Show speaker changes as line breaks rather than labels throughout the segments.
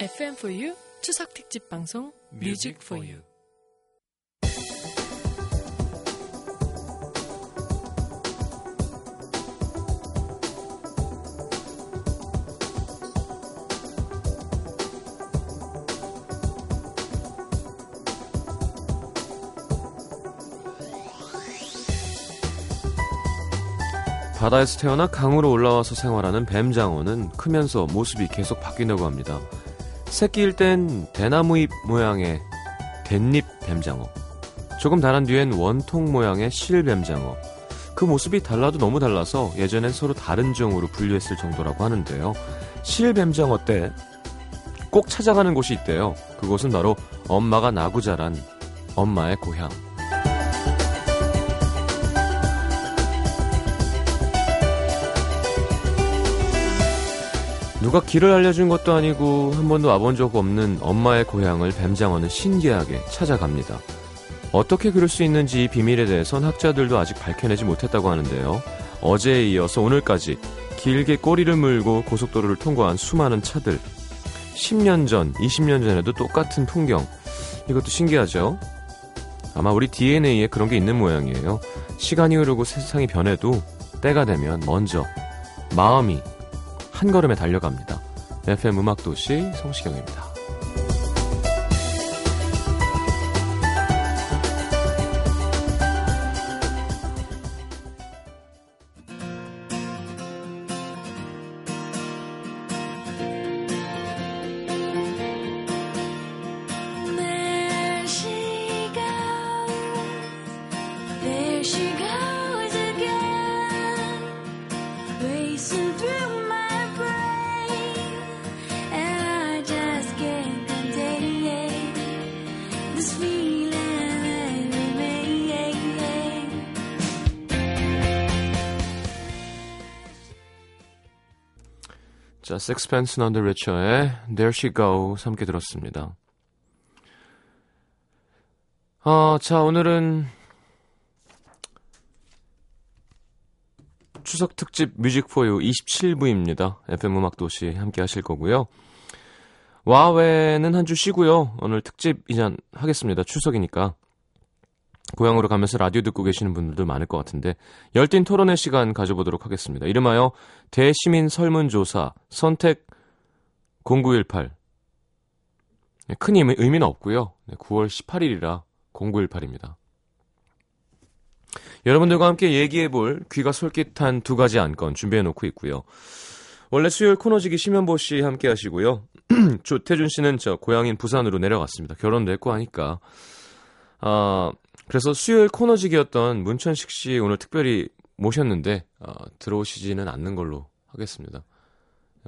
FM for you 추석 특집 방송 Music for you.
바다에서 태어나 강으로 올라와서 생활하는 뱀장어는 크면서 모습이 계속 바뀐다고 합니다. 새끼일 땐 대나무잎 모양의 댄잎 뱀장어. 조금 자란 뒤엔 원통 모양의 실 뱀장어. 그 모습이 달라도 너무 달라서 예전엔 서로 다른 종으로 분류했을 정도라고 하는데요. 실 뱀장어 때 꼭 찾아가는 곳이 있대요. 그곳은 바로 엄마가 나고 자란 엄마의 고향. 누가 길을 알려준 것도 아니고 한 번도 와본 적 없는 엄마의 고향을 뱀장어는 신기하게 찾아갑니다. 어떻게 그럴 수 있는지 이 비밀에 대해선 학자들도 아직 밝혀내지 못했다고 하는데요. 어제에 이어서 오늘까지 길게 꼬리를 물고 고속도로를 통과한 수많은 차들. 10년 전, 20년 전에도 똑같은 풍경. 이것도 신기하죠? 아마 우리 DNA에 그런 게 있는 모양이에요. 시간이 흐르고 세상이 변해도 때가 되면 먼저 마음이 한 걸음에 달려갑니다. FM 음악도시 성시경입니다.
There she goes. There she goes again. Racing through my brain. And I just can't contain it. This feeling I remain.
자, 섹스펜스 언더 리처의 There She Goes 함께 들었습니다. 아, 자, 오늘은 추석 특집 뮤직 포유 27부입니다. FM 음악 도시 함께 하실 거고요. 와웨는 한 주 쉬고요. 오늘 특집 이전 하겠습니다. 추석이니까. 고향으로 가면서 라디오 듣고 계시는 분들도 많을 것 같은데 열띤 토론의 시간 가져보도록 하겠습니다. 이름하여 대시민 설문조사 선택 0918. 네, 큰 의미, 의미는 없고요. 네, 9월 18일이라 0918입니다. 여러분들과 함께 얘기해볼 귀가 솔깃한 두 가지 안건 준비해놓고 있고요. 원래 수요일 코너지기 심현보 씨 함께 하시고요. 조태준 씨는 저 고향인 부산으로 내려갔습니다. 결혼도 했고 하니까. 아, 그래서 수요일 코너직이었던 문천식 씨 오늘 특별히 모셨는데 어, 들어오시지는 않는 걸로 하겠습니다.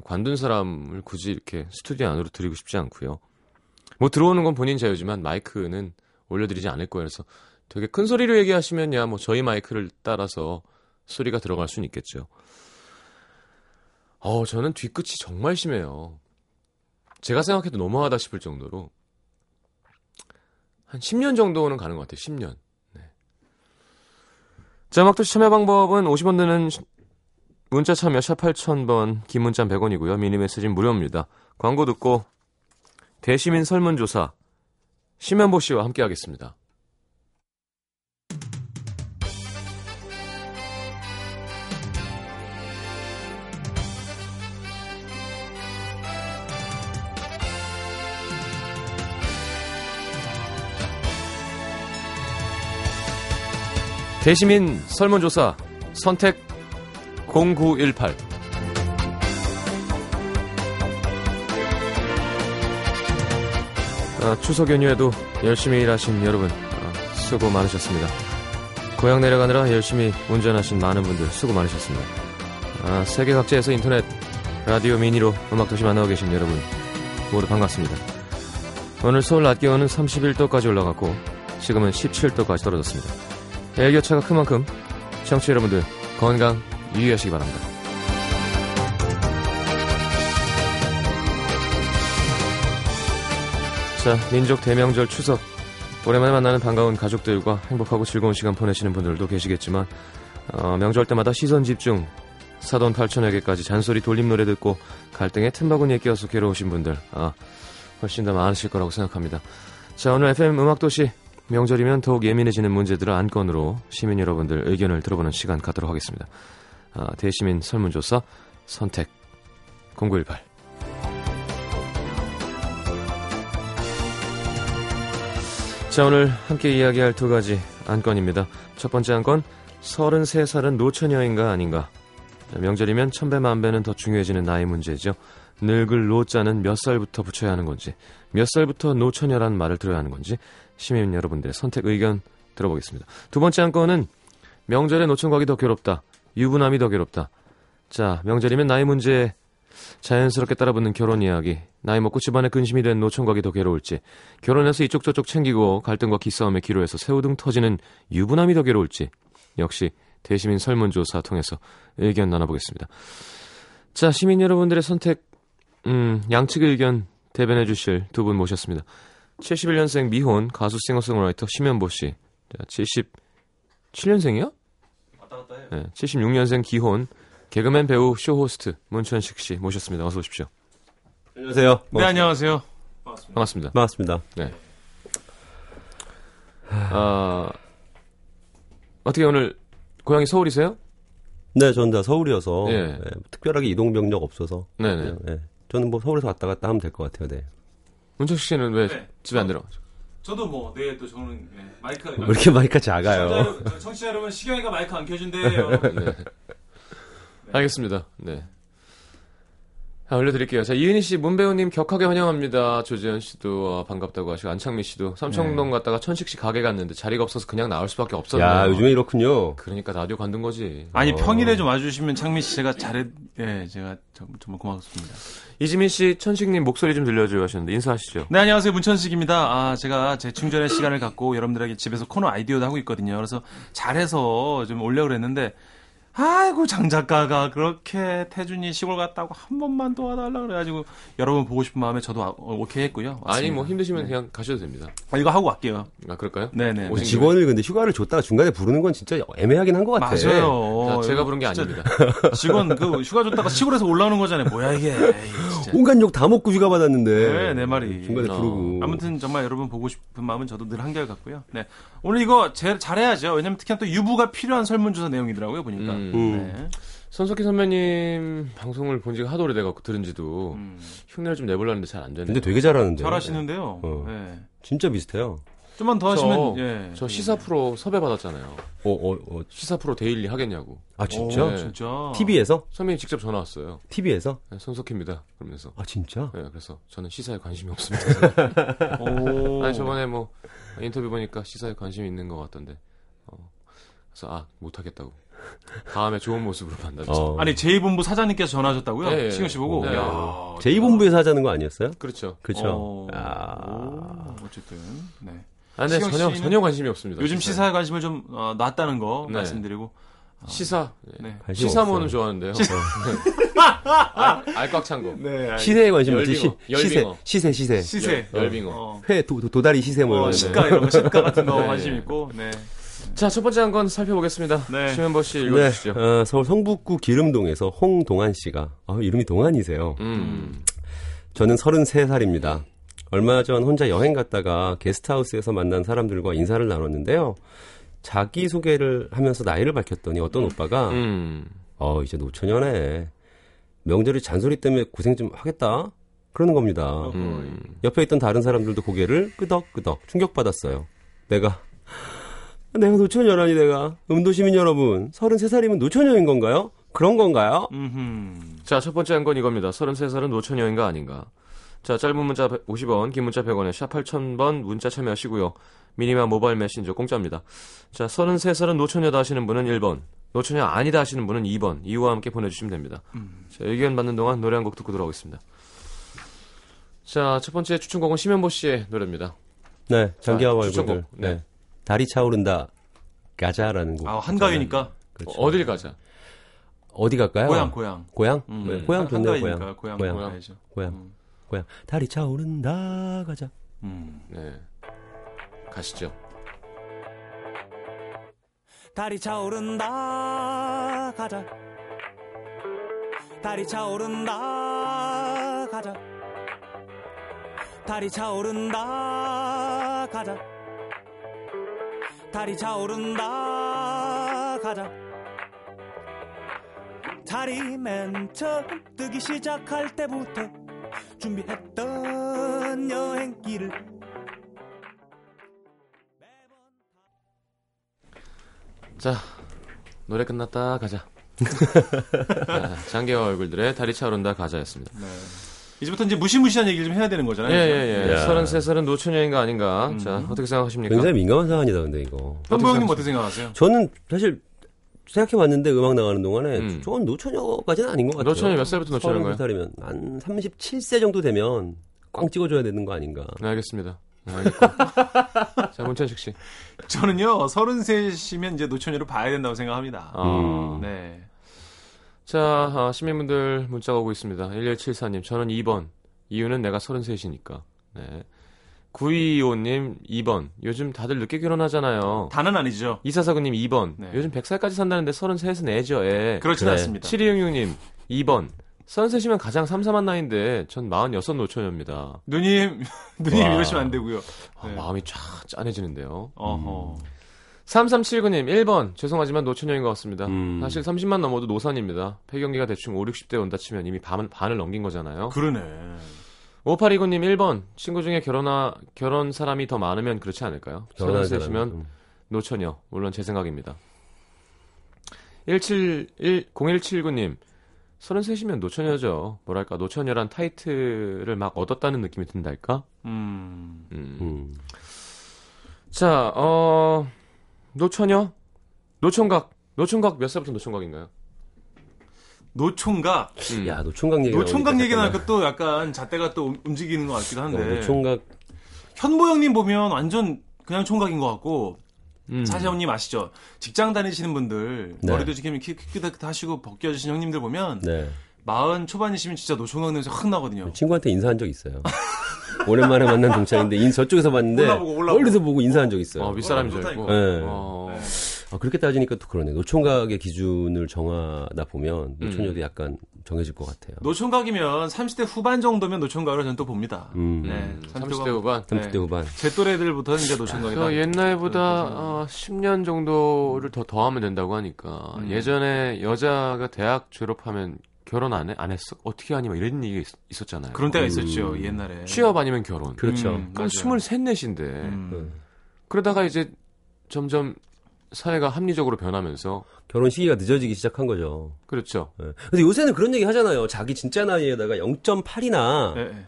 관둔 사람을 굳이 이렇게 스튜디오 안으로 드리고 싶지 않고요. 뭐 들어오는 건 본인 자유지만 마이크는 올려드리지 않을 거예요. 그래서 되게 큰 소리로 얘기하시면 야뭐 저희 마이크를 따라서 소리가 들어갈 수는 있겠죠. 어 저는 뒤끝이 정말 심해요. 제가 생각해도 너무하다 싶을 정도로 한 10년 정도는 가는 것 같아요. 10년. 네. 자, 막도 참여 방법은 50원 드는 시- 문자 참여 샵 8000번, 긴 문자 100원이고요. 미니 메시지는 무료입니다. 광고 듣고 대시민 설문조사 심현보 씨와 함께 하겠습니다. 대시민 설문조사 선택 0918 아, 추석 연휴에도 열심히 일하신 여러분 아, 수고 많으셨습니다. 고향 내려가느라 열심히 운전하신 많은 분들 수고 많으셨습니다. 아, 세계 각지에서 인터넷 라디오 미니로 음악도시 만나고 계신 여러분 모두 반갑습니다. 오늘 서울 낮 기온은 31도까지 올라갔고 지금은 17도까지 떨어졌습니다. 일교차가 큰 만큼 청취 자 여러분들 건강 유의하시기 바랍니다. 자, 민족 대명절 추석 오랜만에 만나는 반가운 가족들과 행복하고 즐거운 시간 보내시는 분들도 계시겠지만 어, 명절 때마다 시선 집중 사돈 팔촌에게까지 잔소리 돌림 노래 듣고 갈등의 틈바구니에 끼어서 괴로우신 분들 아, 훨씬 더 많으실 거라고 생각합니다. 자, 오늘 FM 음악도시 명절이면 더욱 예민해지는 문제들을 안건으로 시민 여러분들 의견을 들어보는 시간 갖도록 하겠습니다. 아, 대시민 설문조사 선택 0918 자, 오늘 함께 이야기할 두 가지 안건입니다. 첫 번째 안건, 33살은 노처녀인가 아닌가. 자, 명절이면 천배 만배는 더 중요해지는 나이 문제죠. 늙을 노자는 몇 살부터 붙여야 하는 건지, 몇 살부터 노처녀라는 말을 들어야 하는 건지, 시민 여러분들의 선택 의견 들어보겠습니다. 두 번째 안건은, 명절에 노총각이 더 괴롭다. 유부남이 더 괴롭다. 자, 명절이면 나이 문제에 자연스럽게 따라붙는 결혼 이야기, 나이 먹고 집안에 근심이 된 노총각이 더 괴로울지, 결혼해서 이쪽 저쪽 챙기고 갈등과 기싸움에 기로해서 새우등 터지는 유부남이 더 괴로울지, 역시 대시민 설문조사 통해서 의견 나눠보겠습니다. 자, 시민 여러분들의 선택, 음, 양측의 의견 대변해 주실 두 분 모셨습니다. 71년생 미혼 가수 싱어송라이터 심현보 씨, 자, 77년생이요? 네, 76년생 기혼 개그맨 배우 쇼호스트 문천식 씨 모셨습니다. 어서 오십시오.
안녕하세요.
네, 안녕하세요.
반갑습니다.
반갑습니다.
아, 어떻게 오늘 고향이 서울이세요?
네, 저는 다 서울이어서
예.
예, 특별하게 이동 병력 없어서
네네.
그냥, 예. 저는 뭐 서울에서 왔다 갔다 하면 될 것 같아요. 네.
문천식 씨는 왜
네.
집에 안 들어가죠?
저도 뭐, 네, 또 저는 네, 마이크.
왜 이렇게 마이크가 작아요?
청취자, 청취자 여러분, 시경이가 마이크 안 켜준대요.
네. 알겠습니다. 네. 아, 올려드릴게요. 자, 이은희 씨, 문배우님 격하게 환영합니다. 조지현 씨도 아, 반갑다고 하시고, 안창미 씨도 삼청동 갔다가 천식 씨 가게 갔는데 자리가 없어서 그냥 나올 수밖에 없었네요.
네. 야, 요즘에 이렇군요.
그러니까 라디오 관둔 거지.
아니, 평일에
어.
좀 와주시면 창민 씨 제가 잘해, 예, 제가 정- 정말 고맙습니다.
이지민 씨, 천식님 목소리 좀 들려줘요 하셨는데 인사하시죠.
네, 안녕하세요. 문천식입니다. 아, 제가 재충전의 시간을 갖고 여러분들에게 집에서 코너 아이디어도 하고 있거든요. 그래서 잘해서 좀 올려고 그랬는데, 아이고, 장 작가가 그렇게 태준이 시골 갔다고 한 번만 도와달라 그래가지고, 여러분 보고 싶은 마음에 저도 아- 어, 오케이 했고요.
아니,
네.
뭐
왔습니다.
힘드시면 그냥 가셔도 됩니다.
아, 이거 하고 갈게요.
아, 그럴까요?
네네.
오신 김에.
직원을 근데 휴가를 줬다가 중간에 부르는 건 진짜 애매하긴 한 것 같아.
맞아요.
어,
자, 제가 부른 게 아닙니다.
네.
직원 그 휴가 줬다가 시골에서 올라오는 거잖아요. 뭐야 이게. 에이, 진짜.
온갖 욕 다 먹고 휴가 받았는데.
네, 내 말이.
중간에
어.
부르고.
아무튼 정말 여러분 보고 싶은 마음은 저도 늘 한결 같고요. 네. 오늘 이거 제, 잘해야죠. 왜냐면 특히나 또 유부가 필요한 설문조사 내용이더라고요, 보니까.
음.
네.
손석희 선배님 방송을 본 지가 하도 오래돼갖고 들은 지도 흉내를 좀 내보려는데 잘 안 되네.
음. 근데 되게 잘하는데.
음. 잘하시는데요.
어.
네.
진짜 비슷해요.
좀만 더
저,
하시면 예.
저 시사 프로 섭외 받았잖아요.
어, 어, 어.
시사 프로 데일리 하겠냐고.
아,
어,
진짜?
네.
진짜.
TV에서?
선배님 직접 전화 왔어요.
TV에서?
네, 손석희입니다. 그러면서.
아, 진짜?
네, 그래서 저는 시사에 관심이 없습니다.
오.
아니 저번에 뭐 인터뷰 보니까 시사에 관심이 있는 것 같던데. 어, 그래서 아 못하겠다고. 다음에 좋은 모습으로 만나죠.
어.
아니 제이본부 사장님께서 전화하셨다고요?
예, 예.
시경 씨 보고.
네.
야.
제2본부에서 하자는 거 아니었어요?
그렇죠.
그렇죠.
어.
아.
오, 어쨌든. 네.
아, 근데
시경
전혀
씨는
전혀 관심이 없습니다.
요즘
시사에.
시사에 관심을 좀 어, 놨다는 거
네.
말씀드리고
시사 네.
네.
관심
시사모는 네.
없어요.
좋아하는데요. 아, 알꽉 찬 거.
시세에 관심 없지. 시-
아, 열빙어,
시세,
열빙어.
시세, 시세.
시세
열- 열빙어.
어,
회 도, 도, 다리 시세 뭐
어,
이런 거.
시가 이런 거 시가 같은 거
네.
관심 있고 네.
자, 첫 번째 한 건 살펴보겠습니다.
네.
심현보 씨
네,
읽어주시죠.
어, 서울 성북구 기름동에서 홍동안 씨가 아, 이름이 동안이세요.
음.
저는 33살입니다. 얼마 전 혼자 여행 갔다가 게스트하우스에서 만난 사람들과 인사를 나눴는데요. 자기 소개를 하면서 나이를 밝혔더니 어떤 오빠가
음.
어 이제 노처녀네 명절이 잔소리 때문에 고생 좀 하겠다 그러는 겁니다.
음.
옆에 있던 다른 사람들도 고개를 끄덕끄덕 충격받았어요. 내가 내가 노처녀라니 내가 음도시민 여러분 33살이면 노처녀인 건가요? 그런 건가요?
음흠.
자, 첫 번째 한 건 이겁니다. 33살은 노처녀인가 아닌가. 자, 짧은 문자 50원, 긴 문자 100원에 샵 8000번 문자 참여하시고요. 미니마 모바일 메신저 공짜입니다. 자, 33살은 노처녀다 하시는 분은 1번, 노처녀 아니다 하시는 분은 2번, 이유와 함께 보내주시면 됩니다.
음.
자, 의견 받는 동안 노래 한 곡 듣고 돌아오겠습니다. 자, 첫 번째 추천곡은 심현보 씨의 노래입니다.
네 장기하
아,
자,
월급들
추천곡. 네.
네. 다리 차오른다 가자라는 곡
아, 한가위니까
그렇죠.
어, 어딜 가자.
어디 갈까요?
고향 고향.
고향
음.
네, 고향 좋네요 고향
한가위니까 고향
고향.
고향 가야죠.
고향
음.
고향 다리 차오른다 가자
음.
네. 가시죠.
다리 차오른다 가자 다리 차오른다 가자 다리 차오른다 가자 다리 차오른다 가자 다리 맨 처음 뜨기 시작할 때부터 준비했던 여행길을
자 노래 끝났다 가자. 자, 장기와 얼굴들의 다리 차오른다 가자였습니다.
이제부터 이제 무시무시한 얘기를 좀 해야 되는 거잖아요.
예예예.
야.
33살은 노처녀인가 아닌가. 자 어떻게 생각하십니까?
음. 굉장히 민감한 사안이다 근데 이거.
현보 형님 어떻게 생각하세요?
저는 사실 생각해 봤는데 음악 나가는 동안에
음.
저는 노처녀까지는 아닌 것 같아요.
노처녀 몇 살부터 노처녀인가요?
30살이면 한 37세 정도 되면 꽝 찍어줘야 되는 거 아닌가.
네, 알겠습니다. 네, 알겠고. 자 문천식 씨.
저는요, 33이면 이제 노처녀로 봐야 된다고 생각합니다.
아,
음.
네.
자, 아, 시민분들 문자가 오고 있습니다. 1174님, 저는 2번. 이유는 내가 33이니까. 네. 9225님, 2번. 요즘 다들 늦게 결혼하잖아요.
다는 아니죠.
이사사구님, 2번.
네.
요즘 100살까지 산다는데 33은 애죠, 애.
그렇진
그래.
않습니다.
7266님, 2번. 33이면 가장 삼삼한 나이인데, 전 46 노처녀입니다.
누님, 누님
와.
이러시면 안 되고요.
아,
네.
마음이 쫙 짠해지는데요.
어허.
3379님, 1번. 죄송하지만 노처녀인 것 같습니다.
음.
사실 30만 넘어도 노산입니다. 폐경기가 대충 5, 60대 온다 치면 이미 반, 반을 넘긴 거잖아요.
그러네.
5829님 1번 친구 중에 결혼하, 결혼 사람이 더 많으면 그렇지 않을까요? 결혼
결혼한
셋이면
사람은.
노처녀 물론 제 생각입니다 171, 0179님 33이면 노처녀죠 뭐랄까 노처녀란 타이틀을 막 얻었다는 느낌이 든달까?
음.
음.
음.
자, 어 노처녀? 노총각 노총각 몇 살부터 노총각인가요?
노총각.
음.
야 노총각 얘기
노총각
나오니까
얘기
잠깐만.
나니까 또 약간 잣대가 또 움- 움직이는 것 같기도 한데.
어, 노총각
현보 형님 보면 완전 그냥 총각인 것 같고.
음.
사실 형님 아시죠? 직장 다니시는 분들
네.
머리도 지금 키키다 하시고 벗겨주신 형님들 보면
네
마흔 초반이시면 진짜 노총각 냄새 확 나거든요.
친구한테 인사한 적 있어요. 오랜만에 만난 동창인데 인 저쪽에서 봤는데
올라보고, 올라보고. 아,
멀리서 보고 인사한 적 있어요.
어, 윗사람인 줄 알고
네.
어,
네.
아, 그렇게 따지니까 또 그러네. 노총각의 기준을 정하다 보면
음.
노처녀도 약간 정해질 것 같아요.
노총각이면 30대 후반 정도면 노총각으로 저는 또 봅니다.
음.
네,
30대 후반
30대
네.
후반.
제 또래들부터는 이제 노총각이다. 네,
저 옛날보다 어, 10년 정도를 더 더하면 된다고 하니까
음.
예전에 여자가 대학 졸업하면 결혼 안, 해? 안 했어? 어떻게 하니? 막 이런 얘기가 있, 었잖아요
그런 때가 있었죠 옛날에.
취업 아니면 결혼. 그,
그렇죠.
음,
럼
맞아요.
23, 4인데
음.
그러다가 이제 점점 사회가 합리적으로 변하면서
결혼 시기가 늦어지기 시작한 거죠.
그렇죠.
예. 근데 요새는 그런 얘기 하잖아요. 자기 진짜 나이에다가 0.8이나
네, 네.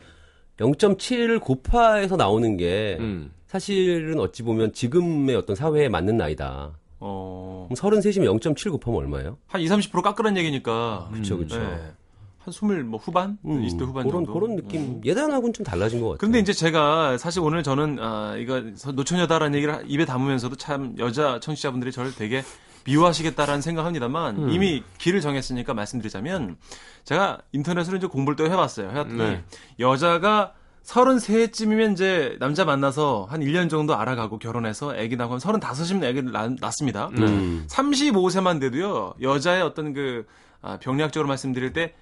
0.7을 곱하해서 나오는 게
음.
사실은 어찌 보면 지금의 어떤 사회에 맞는 나이다.
어,
그럼 33이면 0.7 곱하면 얼마예요?
한 2, 30% 깎으란 얘기니까.
그렇죠, 그렇죠.
네. 한20뭐 후반, 20대 후반
그런
정도. 음.
그런 느낌 예전하고는 좀 달라진 것 같아요.
근데 이제 제가 사실 오늘 저는 아 이거 노처녀다라는 얘기를 입에 담으면서도 참 여자 청취자분들이 저를 되게 미워하시겠다라는 생각합니다만
음.
이미 길을 정했으니까 말씀드리자면 제가 인터넷으로 이제 공부를 또 해봤어요. 해봤더니
네.
여자가 33쯤이면 이제 남자 만나서 한 1년 정도 알아가고 결혼해서 애기 낳고 35이면 애기를 낳- 낳습니다.
네.
음.
35세만 돼도요, 여자의 어떤 그, 아, 병리학적으로 말씀드릴 때,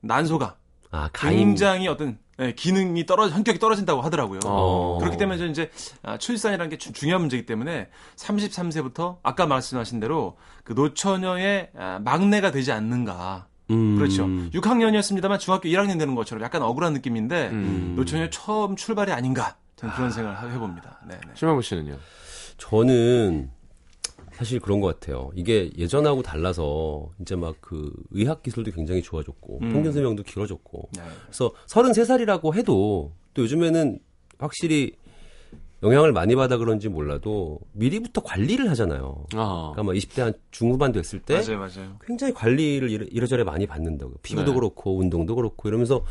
난소가,
아 가임
굉장히 어떤 예, 기능이 떨어 현격이 떨어진다고 하더라고요.
어.
그렇기 때문에 저는 이제 아, 출산이라는 게 주- 중요한 문제이기 때문에 33세부터 아까 말씀하신 대로 그 노처녀의 아, 막내가 되지 않는가.
음.
그렇죠. 6학년이었습니다만 중학교 1학년 되는 것처럼 약간 억울한 느낌인데
음.
노처녀 처음 출발이 아닌가. 저는 그런 생각을 하- 해봅니다. 네, 네.
심현보 씨는요?
저는 사실 그런 것 같아요. 이게 예전하고 달라서 이제 막 그 의학 기술도 굉장히 좋아졌고
음.
평균 수명도 길어졌고
네.
그래서 33살이라고 해도 또 요즘에는 확실히 영향을 많이 받아 그런지 몰라도 미리부터 관리를 하잖아요.
아.
어.
그러니까 막 20대 한 중후반 됐을 때
맞아요, 맞아요.
굉장히 관리를 이래- 이래저래 많이 받는다고 피부도
네.
그렇고 운동도 그렇고 이러면서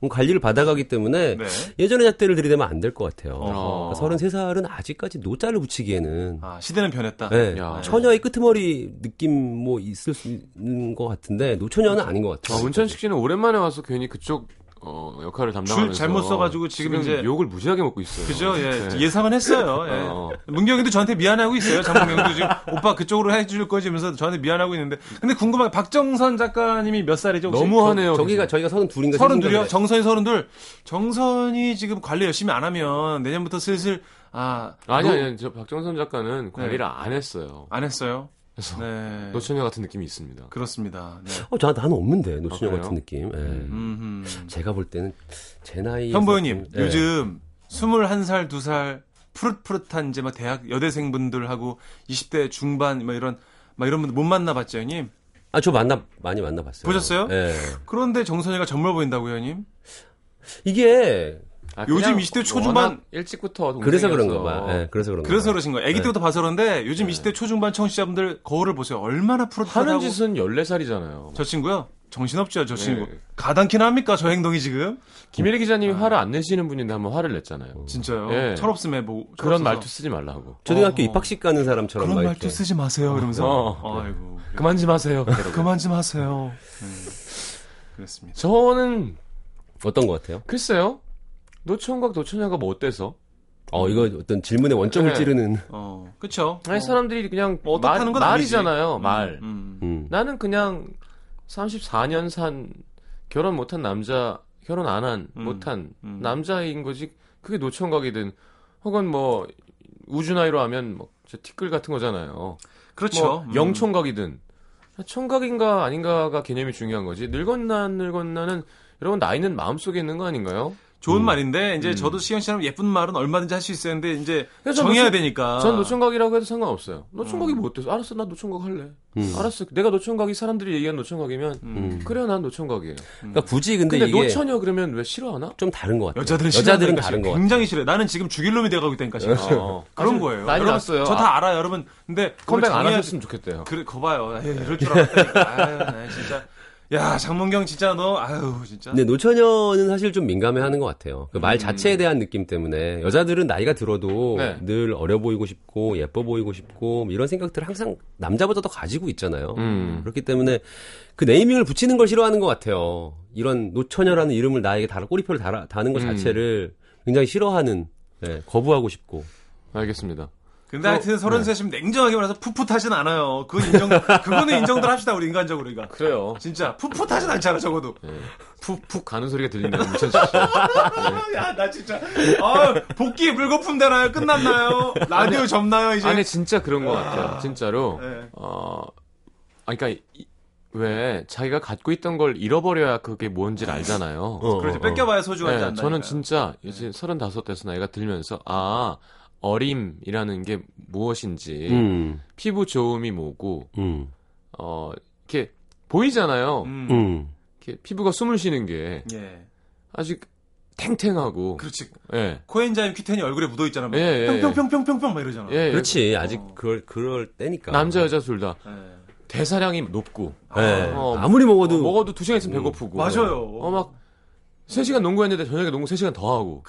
뭐 관리를 받아가기 때문에
네.
예전의 잣대를 들이대면 안 될 것 같아요.
어허.
그러니까 33살은 아직까지 노자를 붙이기에는
아, 시대는 변했다.
예,
야.
처녀의 끄트머리 느낌 뭐 있을 수 있는 것 같은데 노처녀는 아닌 것
아,
같아요.
문천식 씨는 오랜만에 와서 괜히 그쪽 어, 역할을
줄
담당하면서
잘못 써가지고 지금 이제
욕을 무지하게 먹고 있어요.
그죠? 예.
네.
예상은 했어요. 예.
어.
문경이도 저한테 미안하고 있어요. 장문경도 지금 오빠 그쪽으로 해줄 거지면서 저한테 미안하고 있는데. 근데 궁금한 게 박정선 작가님이 몇 살이죠? 혹시?
너무하네요.
저기가 저희가 서른 둘인가
서른 둘이요? 정선이 서른 둘. 정선이 지금 관리 열심히 안 하면 내년부터 슬슬 아
아니
노-
아니 저 박정선 작가는 관리를 안 했어요.
안 했어요.
그래서
아, 네.
노처녀 같은 느낌이 있습니다.
그렇습니다. 네.
어, 나, 나는 없는데 노신영
그래요?
같은 느낌. 예.
음.
제가 볼 때는 제 나이
뭐,
예.
현보현님
네.
요즘 21살, 2살 푸릇푸릇한 이제 막 대학 여대생분들하고 20대 중반 막 이런 막 이런 분들 못 만나봤죠, 형님.
아저 만나 많이 만나봤어요.
보셨어요?
예.
그런데 정선이가 젊어 보인다고요, 형님?
이게
아,
요즘
그냥
20대 초중반-
워낙 일찍부터
그래서 그런가
동생이어서.
봐. 예, 그래서 그런가.
그래서
네.
봐.
그러신 거예요. 아기 때부터 봐서 그런데 요즘 20대 초중반 청취자분들 거울을 보세요. 얼마나
하는
푸릇하다고.
짓은 14살이잖아요.
저 친구요? 정신없죠, 저 친구.
네.
가당키나 합니까, 저 행동이 지금?
김일희
아.
기자님이 화를 안 내시는 분인데 한번 화를 냈잖아요.
진짜요.
예.
철없음에 뭐.
그런
철없어서.
말투 쓰지 말라고.
초등학교
어.
입학식 가는 사람처럼
그런
막
말투
이렇게.
쓰지 마세요, 이러면서.
어.
아이고.
그만 좀 하세요.
그만 좀 하세요. 네. 그렇습니다.
저는
어떤 것 같아요?
글쎄요. 노천각 노천녀가 뭐 어때서?
어 이거 어떤 질문의 원점을
네.
찌르는.
어, 그쵸.
아니
어.
사람들이 그냥
뭐 어떻다는 건
말,
아니지.
말이잖아요. 말.
음.
음.
나는 그냥 34년 산 결혼 못한 남자 결혼 안 한
음,
못한
음.
남자인 거지 그게 노천각이든 혹은 뭐 우주나이로 하면 뭐 진짜 티끌 같은 거잖아요.
그렇죠.
뭐
음.
영총각이든 총각인가 아닌가가 개념이 중요한 거지 늙었나 안 늙었나는 여러분 나이는 마음속에 있는 거 아닌가요?
좋은 말인데,
음.
이제 저도 시현 씨처럼 예쁜 말은 얼마든지 할 수 있었는데, 이제
그래서
정해야
노천-
되니까.
전 노총각이라고 해도 상관없어요. 노총각이 뭐 어때서? 알았어, 나 노총각 할래. 알았어, 내가 노총각이 사람들이 얘기한 노총각이면
음.
그래, 난 노총각이에요.
그러니까 굳이 근데,
근데,
이게
노처녀 그러면 왜 싫어하나?
좀 다른 것 같아요.
여자들은
여자들은
싫어한다니까,
다른
지금.
것 같아요.
굉장히 싫어요. 나는 지금 죽일 놈이 돼가고 있다니까 지금.
어.
그런
아주
거예요.
난리
여러분,
났어요.
저 다 알아요, 여러분. 근데
컴백 안
정해야-
하셨으면 좋겠대요.
그래, 거봐요. 예, 에이, 이럴 줄 알았다니까. 아유, 나 진짜. 야, 장문경 진짜 너, 아유, 진짜.
근데 노처녀는 사실 좀 민감해하는 것 같아요. 그 말
음.
자체에 대한 느낌 때문에 여자들은 나이가 들어도
네.
늘 어려 보이고 싶고 예뻐 보이고 싶고 뭐 이런 생각들을 항상 남자보다 더 가지고 있잖아요.
음.
그렇기 때문에 그 네이밍을 붙이는 걸 싫어하는 것 같아요. 이런 노처녀라는 이름을 나에게 달아 꼬리표를 달아 다는 것
음.
자체를 굉장히 싫어하는 네, 거부하고 싶고
알겠습니다.
근데 하여튼 서른 셋이면 냉정하게 말해서 풋풋하진 않아요. 그건 인정, 그거는 인정들 합시다, 우리 인간적으로, 우리가.
그래요.
진짜, 풋풋하진 않잖아, 적어도.
푹푹 가는 소리가 들린다고 미쳤지.
아, 야, 나 진짜. 아, 복귀 물거품 되나요? 끝났나요? 라디오 접나요, 이제?
아니 진짜 그런 것 같아요. 진짜로.
네.
어, 아니, 그러니까 이- 왜 자기가 갖고 있던 걸 잃어버려야 그게 뭔지를 알잖아요. 예,
어,
그렇지,
어, 어.
뺏겨봐야 소중하지 않나.
네, 저는 진짜 이제 네. 35 돼서 나이가 들면서 아 어림이라는 게 무엇인지
음,
피부 좋음이 뭐고
음,
어 이렇게 보이잖아요.
음.
음.
이렇게 피부가 숨을 쉬는 게
예.
아직 탱탱하고
그렇지.
예.
코엔자임 큐텐이 얼굴에 묻어있잖아. 막
예, 예, 예.
평평평평평평 막 이러잖아.
예,
그렇지 아직
어.
그럴 그럴 때니까
남자 여자 둘 다
예.
대사량이 높고
네.
어,
아무리
어,
먹어도
먹어도 두 시간 있으면 배고프고
음. 맞아요.
어막 3시간 농구했는데 저녁에 농구 3시간 더 하고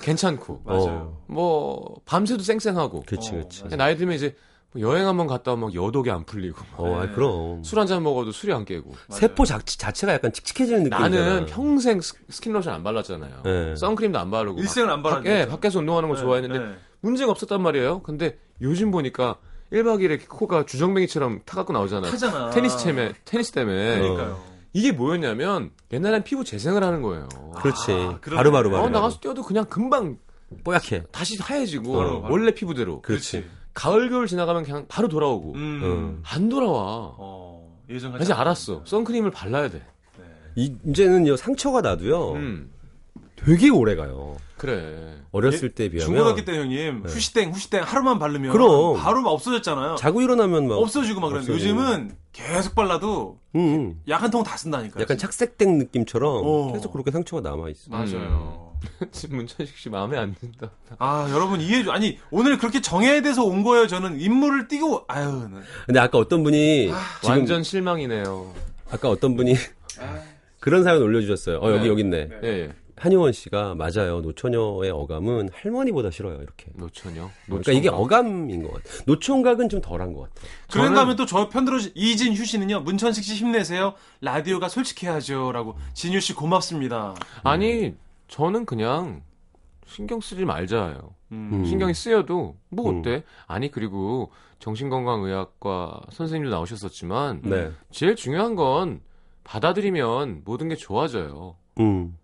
괜찮고
맞아요.
뭐 밤새도 쌩쌩하고
그렇지
어,
그렇지
맞아.
나이 들면 이제 뭐 여행 한 번 갔다 오면 막 여독이 안 풀리고
어 아이,
네.
그럼
술 한 잔 먹어도 술이 안 깨고
세포 자, 체가 약간 칙칙해지는 느낌이잖아.
나는 평생 스- 스킨로션 안 발랐잖아요
네.
선크림도 안 바르고 막
일생을 안
밖,
바라는
예,
거죠.
밖에서 운동하는 거
예,
좋아했는데
예.
문제가 없었단 말이에요 근데 요즘 보니까 1박 2일에 코가 주정뱅이처럼 타갖고 나오잖아요
예. 타잖아.
테니스 예. 때문에 테니스 때문에
어.
그러니까요.
이게 뭐였냐면 옛날엔 피부 재생을 하는 거예요.
그렇지.
아, 그러네.
바로 바로
어,
바로.
나가서 뛰어도 그냥 금방
뽀얗게.
다시 하얘지고
바로, 바로.
원래 피부대로.
그렇지.
가을 겨울 지나가면 그냥 바로 돌아오고
음.
음.
안 돌아와.
어, 예전 같지
이제 알았어. 선크림을 발라야 돼.
네.
이, 이제는요 상처가 나도요
음,
되게 오래 가요.
그래.
어렸을 때에 비하면
중고등학교 때 형님
네.
후시땡 후시땡 하루만 바르면
그럼.
바로 막 없어졌잖아요.
자고 일어나면 막
없어지고 막 그런데
없어지고.
요즘은 계속 발라도
음, 음.
약 한 통 다 쓴다니까.
약간 착색된 느낌처럼
어.
계속 그렇게 상처가 남아
음.
있어.
맞아요.
지금 문천식 씨 마음에 안 든다.
아 여러분 이해 좀 아니 오늘 그렇게 정해에 대해서 온 거예요. 저는 인물을 띄고 아유. 네. 난-
근데 아까 어떤 분이 지금
완전 실망이네요.
아까 어떤 분이 그런 사연 올려주셨어요. 어 여기
네.
여기 있네.
예, 예.
한효원 씨가 맞아요. 노처녀의 어감은 할머니보다 싫어요. 이렇게.
노처녀.
그러니까 이게 어감인 것 같아요. 노총각은 좀 덜한 것 같아요.
그런가 그러니까 하면 또 저 편들어 주- 이진휴 씨는요. 문천식 씨 힘내세요. 라디오가 솔직해야죠라고 진휴 씨 고맙습니다. 네.
아니 저는 그냥 신경 쓰지 말자예요.
음.
음.
신경이 쓰여도 뭐
음.
어때? 아니 그리고 정신건강의학과 선생님도 나오셨었지만
네.
제일 중요한 건 받아들이면 모든 게 좋아져요.
음.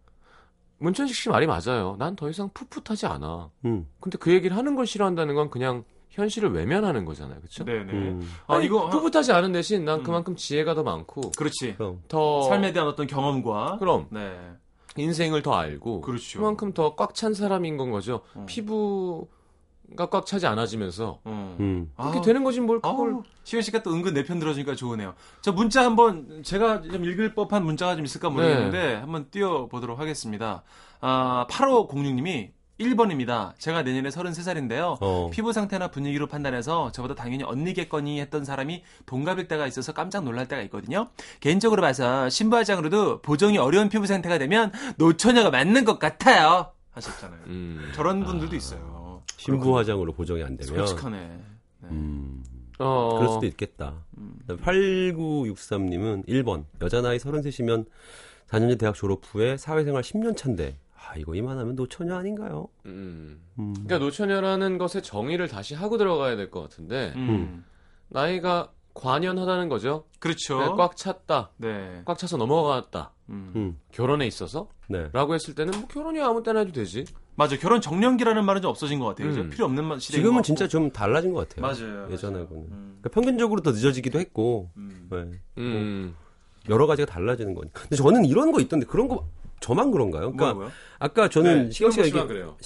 문천식 씨 말이 맞아요. 난 더 이상 풋풋하지 않아.
음.
근데 그 얘기를 하는 걸 싫어한다는 건 그냥 현실을 외면하는 거잖아요. 그렇죠?
네네.
음.
아
아니,
이거 하-
풋풋하지 않은 대신 난
음.
그만큼 지혜가 더 많고
그렇지.
그럼.
더
삶에 대한 어떤 경험과
그럼
네.
인생을 더 알고
그렇죠.
만큼 더 꽉 찬 사람인 건 거죠.
음.
피부가 꽉 차지 않아지면서
음.
음.
그렇게
아우,
되는 거지 뭘 그걸
아우, 시현 씨가 또 은근 내 편 들어주니까 좋으네요. 저 문자 한번 제가 좀 읽을 법한 문자가 좀 있을까 모르겠는데
네.
한번 띄워보도록 하겠습니다. 아, 8506님이 1번입니다. 제가 내년에 33살인데요.
어.
피부 상태나 분위기로 판단해서 저보다 당연히 언니겠거니 했던 사람이 동갑일 때가 있어서 깜짝 놀랄 때가 있거든요. 개인적으로 봐서 신부화장으로도 보정이 어려운 피부 상태가 되면 노처녀가 맞는 것 같아요. 하셨잖아요.
음.
저런 분들도 있어요.
신부 화장으로 보정이 안 되면.
솔직하네. 네.
음.
어,
그럴 수도 있겠다.
음.
8963님은 1번. 여자 나이 33이면 4년제 대학 졸업 후에 사회생활 10년 차인데. 아, 이거 이만하면 노처녀 아닌가요?
음.
음.
그러니까 노처녀라는 것의 정의를 다시 하고 들어가야 될 것 같은데
음.
나이가 관연하다는 거죠.
그렇죠.
그냥 꽉 찼다,
네.
꽉 차서 넘어갔다.
음.
음.
결혼에 있어서라고
네.
했을 때는 뭐 결혼이 아무 때나 해도 되지.
맞아. 결혼 정년기라는 말은 좀 없어진 것 같아요. 그죠?
음.
필요 없는 말- 시대인 것
지금은
같고.
진짜 좀 달라진 것 같아요.
맞아요.
예전하고는.
음.
그러니까 평균적으로 더 늦어지기도 했고.
음.
네.
음.
여러 가지가 달라지는 거니까. 근데 저는 이런 거 있던데 그런 거 저만 그런가요? 그러니까
음. 뭐라고요?
아까 저는 시경 씨가 얘기
그래요.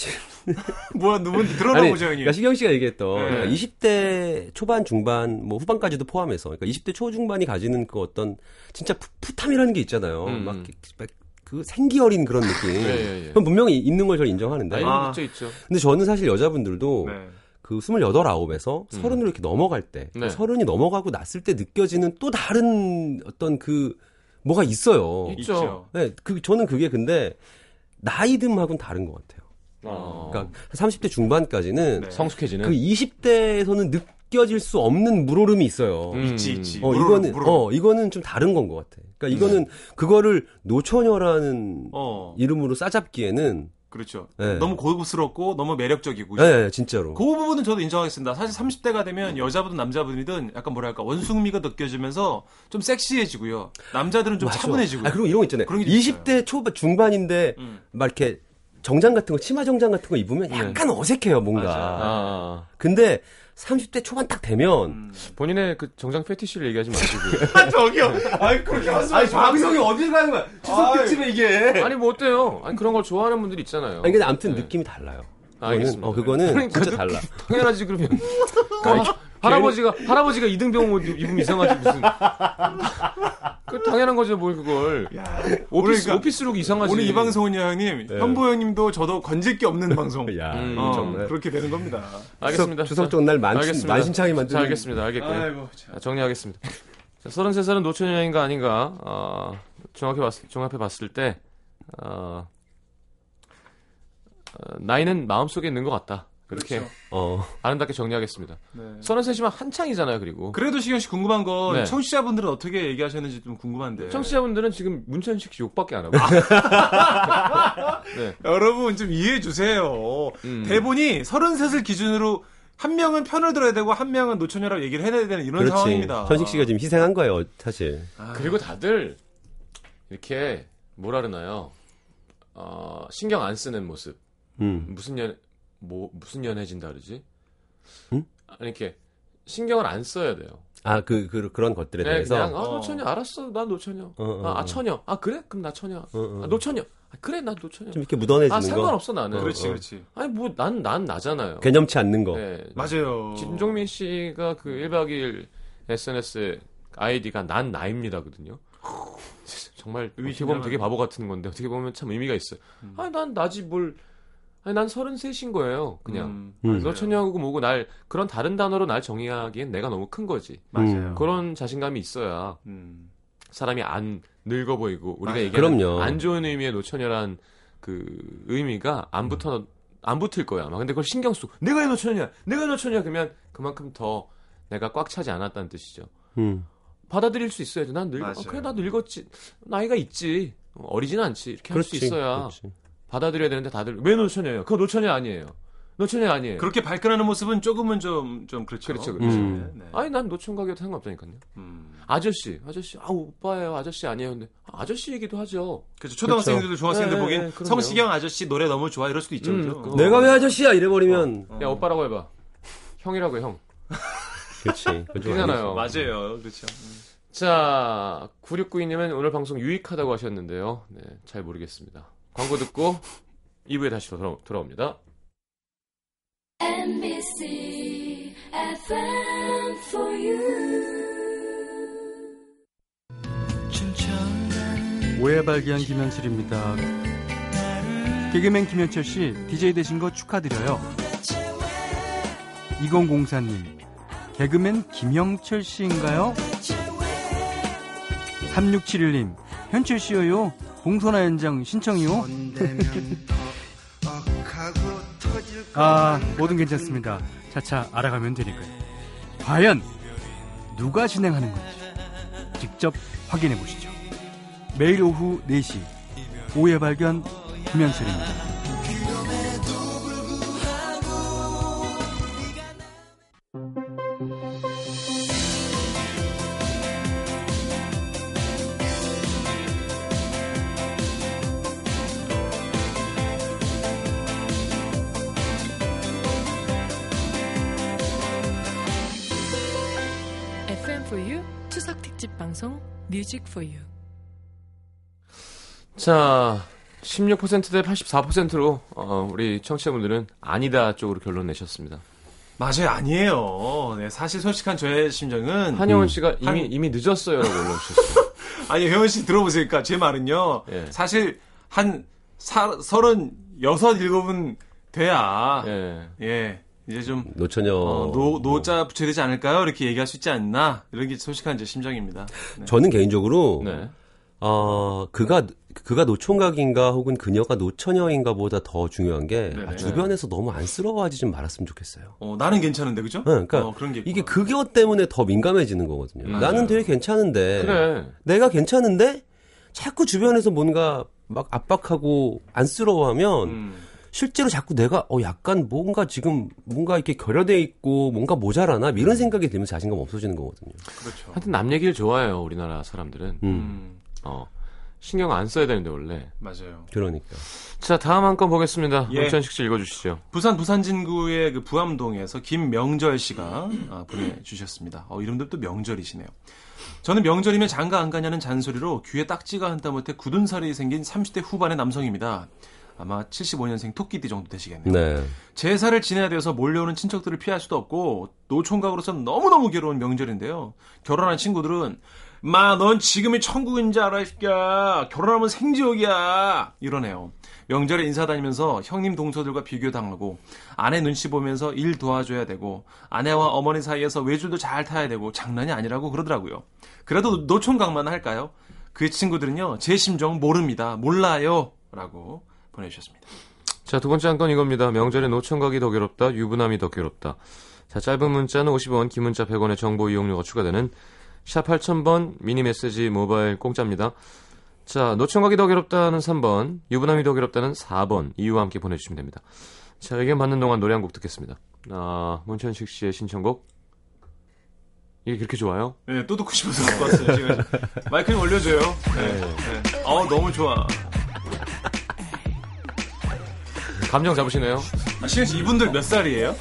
뭐야, 누군
아니,
들어라보죠, 형님.
그러니까 시경 씨가 얘기했던
네.
그러니까 20대 초반 중반 뭐 후반까지도 포함해서 그러니까 20대 초중반이 가지는 그 어떤 진짜 풋- 풋함이라는 게 있잖아요.
음.
막 그- 막그 생기 어린 그런 느낌.
예, 예, 예.
그럼 분명히 있는 걸 저는 인정하는데.
나이는
아.
있죠, 있죠.
근데 저는 사실 여자분들도
네.
그 28, 9에서
음.
30으로 이렇게 넘어갈 때,
네.
30이 넘어가고 났을 때 느껴지는 또 다른 어떤 그 뭐가 있어요.
있- 있죠.
있죠.
네, 그 저는 그게 근데 나이듦하고는 다른 것 같아요.
어.
그러니까 30대 중반까지는
네.
성숙해지는.
그 20대에서는 느껴질 수 없는 물오름이 있어요.
음.
있지, 있지.
어,
물어라,
이거는
물어라.
어, 이거는 좀 다른 건 것 같아. 그러니까 이거는 그거를 노처녀라는
음. 어.
이름으로 싸잡기에는
그렇죠.
네.
너무 고급스럽고 너무 매력적이고.
예, 네, 진짜로.
그 부분은 저도 인정하겠습니다. 사실 30대가 되면 여자분든 남자분이든 약간 뭐랄까 원숭미가 느껴지면서 좀 섹시해지고요. 남자들은 좀
맞아.
차분해지고요.
아, 그리고 이런 거 있잖아요.
그런 게
20대 초반 중반인데
음. 네.
막 이렇게 정장 같은 거 치마 정장 같은 거 입으면 약간 어색해요, 뭔가.
아, 아.
근데 30대 초반 딱 되면
음.
본인의 그 정장 페티시를 얘기하지 마시고요.
아니 방송이 어딜 가는 거야? 추석 특집에 이게.
아니 뭐 어때요? 아니 그런 걸 좋아하는 분들 있잖아요.
아니 근데 아무튼
네.
느낌이 달라요.
알겠습니다.
어, 그거는
그러니까
진짜 달라.
당연하지 그러면. 아니,
어.
할아버지가 할아버지가 이등병 옷 입으면 이상하지 무슨. 그 당연한 거죠 뭘 그걸. 오피스
그러니까
오피스룩 이상하지.
오늘 이 방송은요, 형님. 현보 형님도 저도 건질 게 없는 방송.
예. 야,
음.
이거
어,
정말.
그렇게 되는 겁니다.
알겠습니다.
추석
자,
전날 만-
알겠습니다.
만신창이
자,
만드는-
알겠습니다. 알겠고요.
아이고, 참.
자, 정리하겠습니다. 자, 33살은 노처녀 여인가 아닌가? 어, 정확히 봤, 종합해 봤을 때 어, 어, 나이는 마음속에 있는 것 같다. 그렇게
그렇죠.
어.
아름답게 정리하겠습니다.
네.
33이면 한창이잖아요, 그리고.
그래도 시경 씨 궁금한 건
네.
청취자분들은 어떻게 얘기하셨는지 좀 궁금한데.
청취자분들은 지금 문천식 씨 욕밖에 안 하고.
아,
네.
여러분 좀 이해해 주세요.
음.
대본이 33을 기준으로 한 명은 편을 들어야 되고 한 명은 노처녀라고 얘기를 해야 되는 이런
그렇지.
상황입니다. 아.
천식 씨가 지금 희생한 거예요, 사실.
그리고 다들 이렇게 뭐라 그러나요? 어, 신경 안 쓰는 모습.
음.
무슨 연, 뭐, 무슨 연해진다 그러지?
응?
아니, 이렇게, 신경을 안 써야 돼요.
아, 그, 그 그런 것들에
그냥,
대해서
그냥, 아,
어.
노처녀, 알았어, 난 노처녀.
어, 어,
아, 아,
어.
처녀. 아, 그래? 그럼 나 처녀.
어,
아,
어.
노처녀. 아, 그래, 나 노처녀.
좀 이렇게 묻어내지는
아,
거.
상관없어, 나는.
그렇지,
어, 어.
그렇지.
아니, 뭐, 난, 난 나잖아요.
개념치 않는 거.
네.
맞아요.
김종민 씨가 그 1박 2일 SNS 아이디가 난 나입니다거든요. 정말 어떻게 보면
의심하는.
되게 바보 같은 건데 어떻게 보면 참 의미가 있어요.
음.
아니 난 나지 뭘 아니 난 33인 거예요. 그냥 아,
음,
음.
너 천여하고 뭐고 날 그런 다른 단어로 날 정의하기엔 내가 너무 큰 거지.
맞아요.
그런 자신감이 있어야
음.
사람이 안 늙어 보이고 우리가
맞아요. 예.
얘기하는
그럼요.
안 좋은 의미의 노처녀란 그 의미가 안
음.
붙어 안 붙을 거예요 아마. 근데 그걸 신경 쓰고 내가 이노천이야, 내가 이노천이야 그러면 그만큼 더 내가 꽉 차지 않았다는 뜻이죠.
음.
받아들일 수 있어야지. 난 늙, 아,
맞아요.
그래 나도 늙었지. 나이가 있지. 뭐 어리진 않지. 이렇게 할 수
그렇지,
있어야
그렇지.
받아들여야 되는데 다들 왜 노천이에요? 그거 노천이 아니에요. 노천이 아니에요.
그렇게 발끈하는 모습은 조금은 좀, 좀 그렇죠.
그렇죠,
그렇죠.
음. 네.
아니 난 노천 가게도 상관없다니까요.
음.
아저씨, 아저씨, 아 오빠예요, 아저씨 아니에요. 근데 아, 아저씨이기도 하죠.
그렇죠. 초등학생들, 중학생들
네,
보기엔
네, 그럼요.
성시경 아저씨 노래 너무 좋아 이럴 수도 있죠.
음,
그죠? 어.
그거.
내가 왜 아저씨야 이래버리면
야 오빠라고 해봐. 형이라고 해 형.
그렇지.
어. 그잖아요.
맞아요. 그렇죠.
자, 9692님은 오늘 방송 유익하다고 하셨는데요. 네, 잘 모르겠습니다. 광고 듣고 2부에 다시 돌아, 돌아옵니다.
NBC FM for you.
오해 발견 김현철입니다. 개그맨 김현철 씨, DJ 되신 거 축하드려요. 2004님, 개그맨 김영철 씨인가요? 3671님, 현철 씨요, 봉선화 현장 신청이요? 아, 뭐든 괜찮습니다. 차차 알아가면 되니까요. 과연, 누가 진행하는 건지, 직접 확인해 보시죠. 매일 오후 4시 오해 발견 김현철입니다.
FM for you 추석 특집 방송 뮤직 for you.
자, 16%대 84%로 어, 우리 청취자분들은 아니다 쪽으로 결론 내셨습니다.
맞아요. 아니에요. 네, 사실 솔직한 저의 심정은
한영원 씨가 이미
한-
이미 늦었어요라고 올려주셨어요.
아니 회원 씨 들어보세요. 그러니까 제 말은요.
예.
사실 한 사, 서른 여섯 일곱은 돼야 예,
예.
이제 좀
노처녀.
어, 노, 노자 붙여야 되지 않을까요? 이렇게 얘기할 수 있지 않나? 이런 게 솔직한 제 심정입니다. 네.
저는 개인적으로
네.
어, 그가 그가 노총각인가 혹은 그녀가 노처녀인가 보다 더 중요한 게
네네.
아, 주변에서 너무 안쓰러워하지 좀 말았으면 좋겠어요.
어, 나는 괜찮은데 그죠?
네, 그러니까
어, 그런 게
이게
있구나.
그거 때문에 더 민감해지는 거거든요.
맞아요.
나는 되게 괜찮은데
그래.
내가 괜찮은데 자꾸 주변에서 뭔가 막 압박하고 안쓰러워하면
음.
실제로 자꾸 내가 어 약간 뭔가 지금 뭔가 이렇게 결여돼 있고 뭔가 모자라나
음.
이런 생각이 들면 자신감 없어지는 거거든요.
그렇죠.
하여튼 남 얘기를 좋아해요 우리나라 사람들은.
음,
음,
어. 신경 안 써야 되는데 원래.
맞아요.
그러니까.
자, 다음 한 건 보겠습니다.
예.
박천식 씨 읽어주시죠.
부산 부산진구의 그 부암동에서 김명절 씨가 아, 보내주셨습니다. 어, 이름도 또 명절이시네요. 저는 명절이면 장가 안 가냐는 잔소리로 귀에 딱지가 한땀못해 굳은 살이 생긴 30대 후반의 남성입니다. 아마 75년생 토끼띠 정도 되시겠네요.
네.
제사를 지내야 돼서 몰려오는 친척들을 피할 수도 없고 노총각으로선 너무너무 괴로운 명절인데요. 결혼한 친구들은 마 넌 지금이 천국인 줄 알아 이 새끼야. 결혼하면 생지옥이야. 이러네요. 명절에 인사 다니면서 형님 동서들과 비교당하고 아내 눈치 보면서 일 도와줘야 되고 아내와 어머니 사이에서 외줄도 잘 타야 되고 장난이 아니라고 그러더라고요. 그래도 노총각만 할까요? 그 친구들은요. 제 심정 모릅니다. 몰라요. 라고 보내주셨습니다.
자, 두 번째 한 건 이겁니다. 명절에 노천각이 더 괴롭다, 유부남이 더 괴롭다. 자, 짧은 문자는 50원, 긴 문자 100원의 정보 이용료가 추가되는 샵 8000번 미니 메시지 모바일 공짜입니다. 자, 노천각이 더 괴롭다는 3번, 유부남이 더 괴롭다는 4번, 이유와 함께 보내주시면 됩니다. 자, 의견 받는 동안 노래 한 곡 듣겠습니다. 아, 문천식 씨의 신청곡. 이게 그렇게 좋아요?
네, 또 듣고 싶어서 갖고 왔어요. 지금 마이크 좀 올려줘요. 네. 네. 어, 너무 좋아.
감정 잡으시네요?
아, 시현 씨, 이분들 몇 살이에요?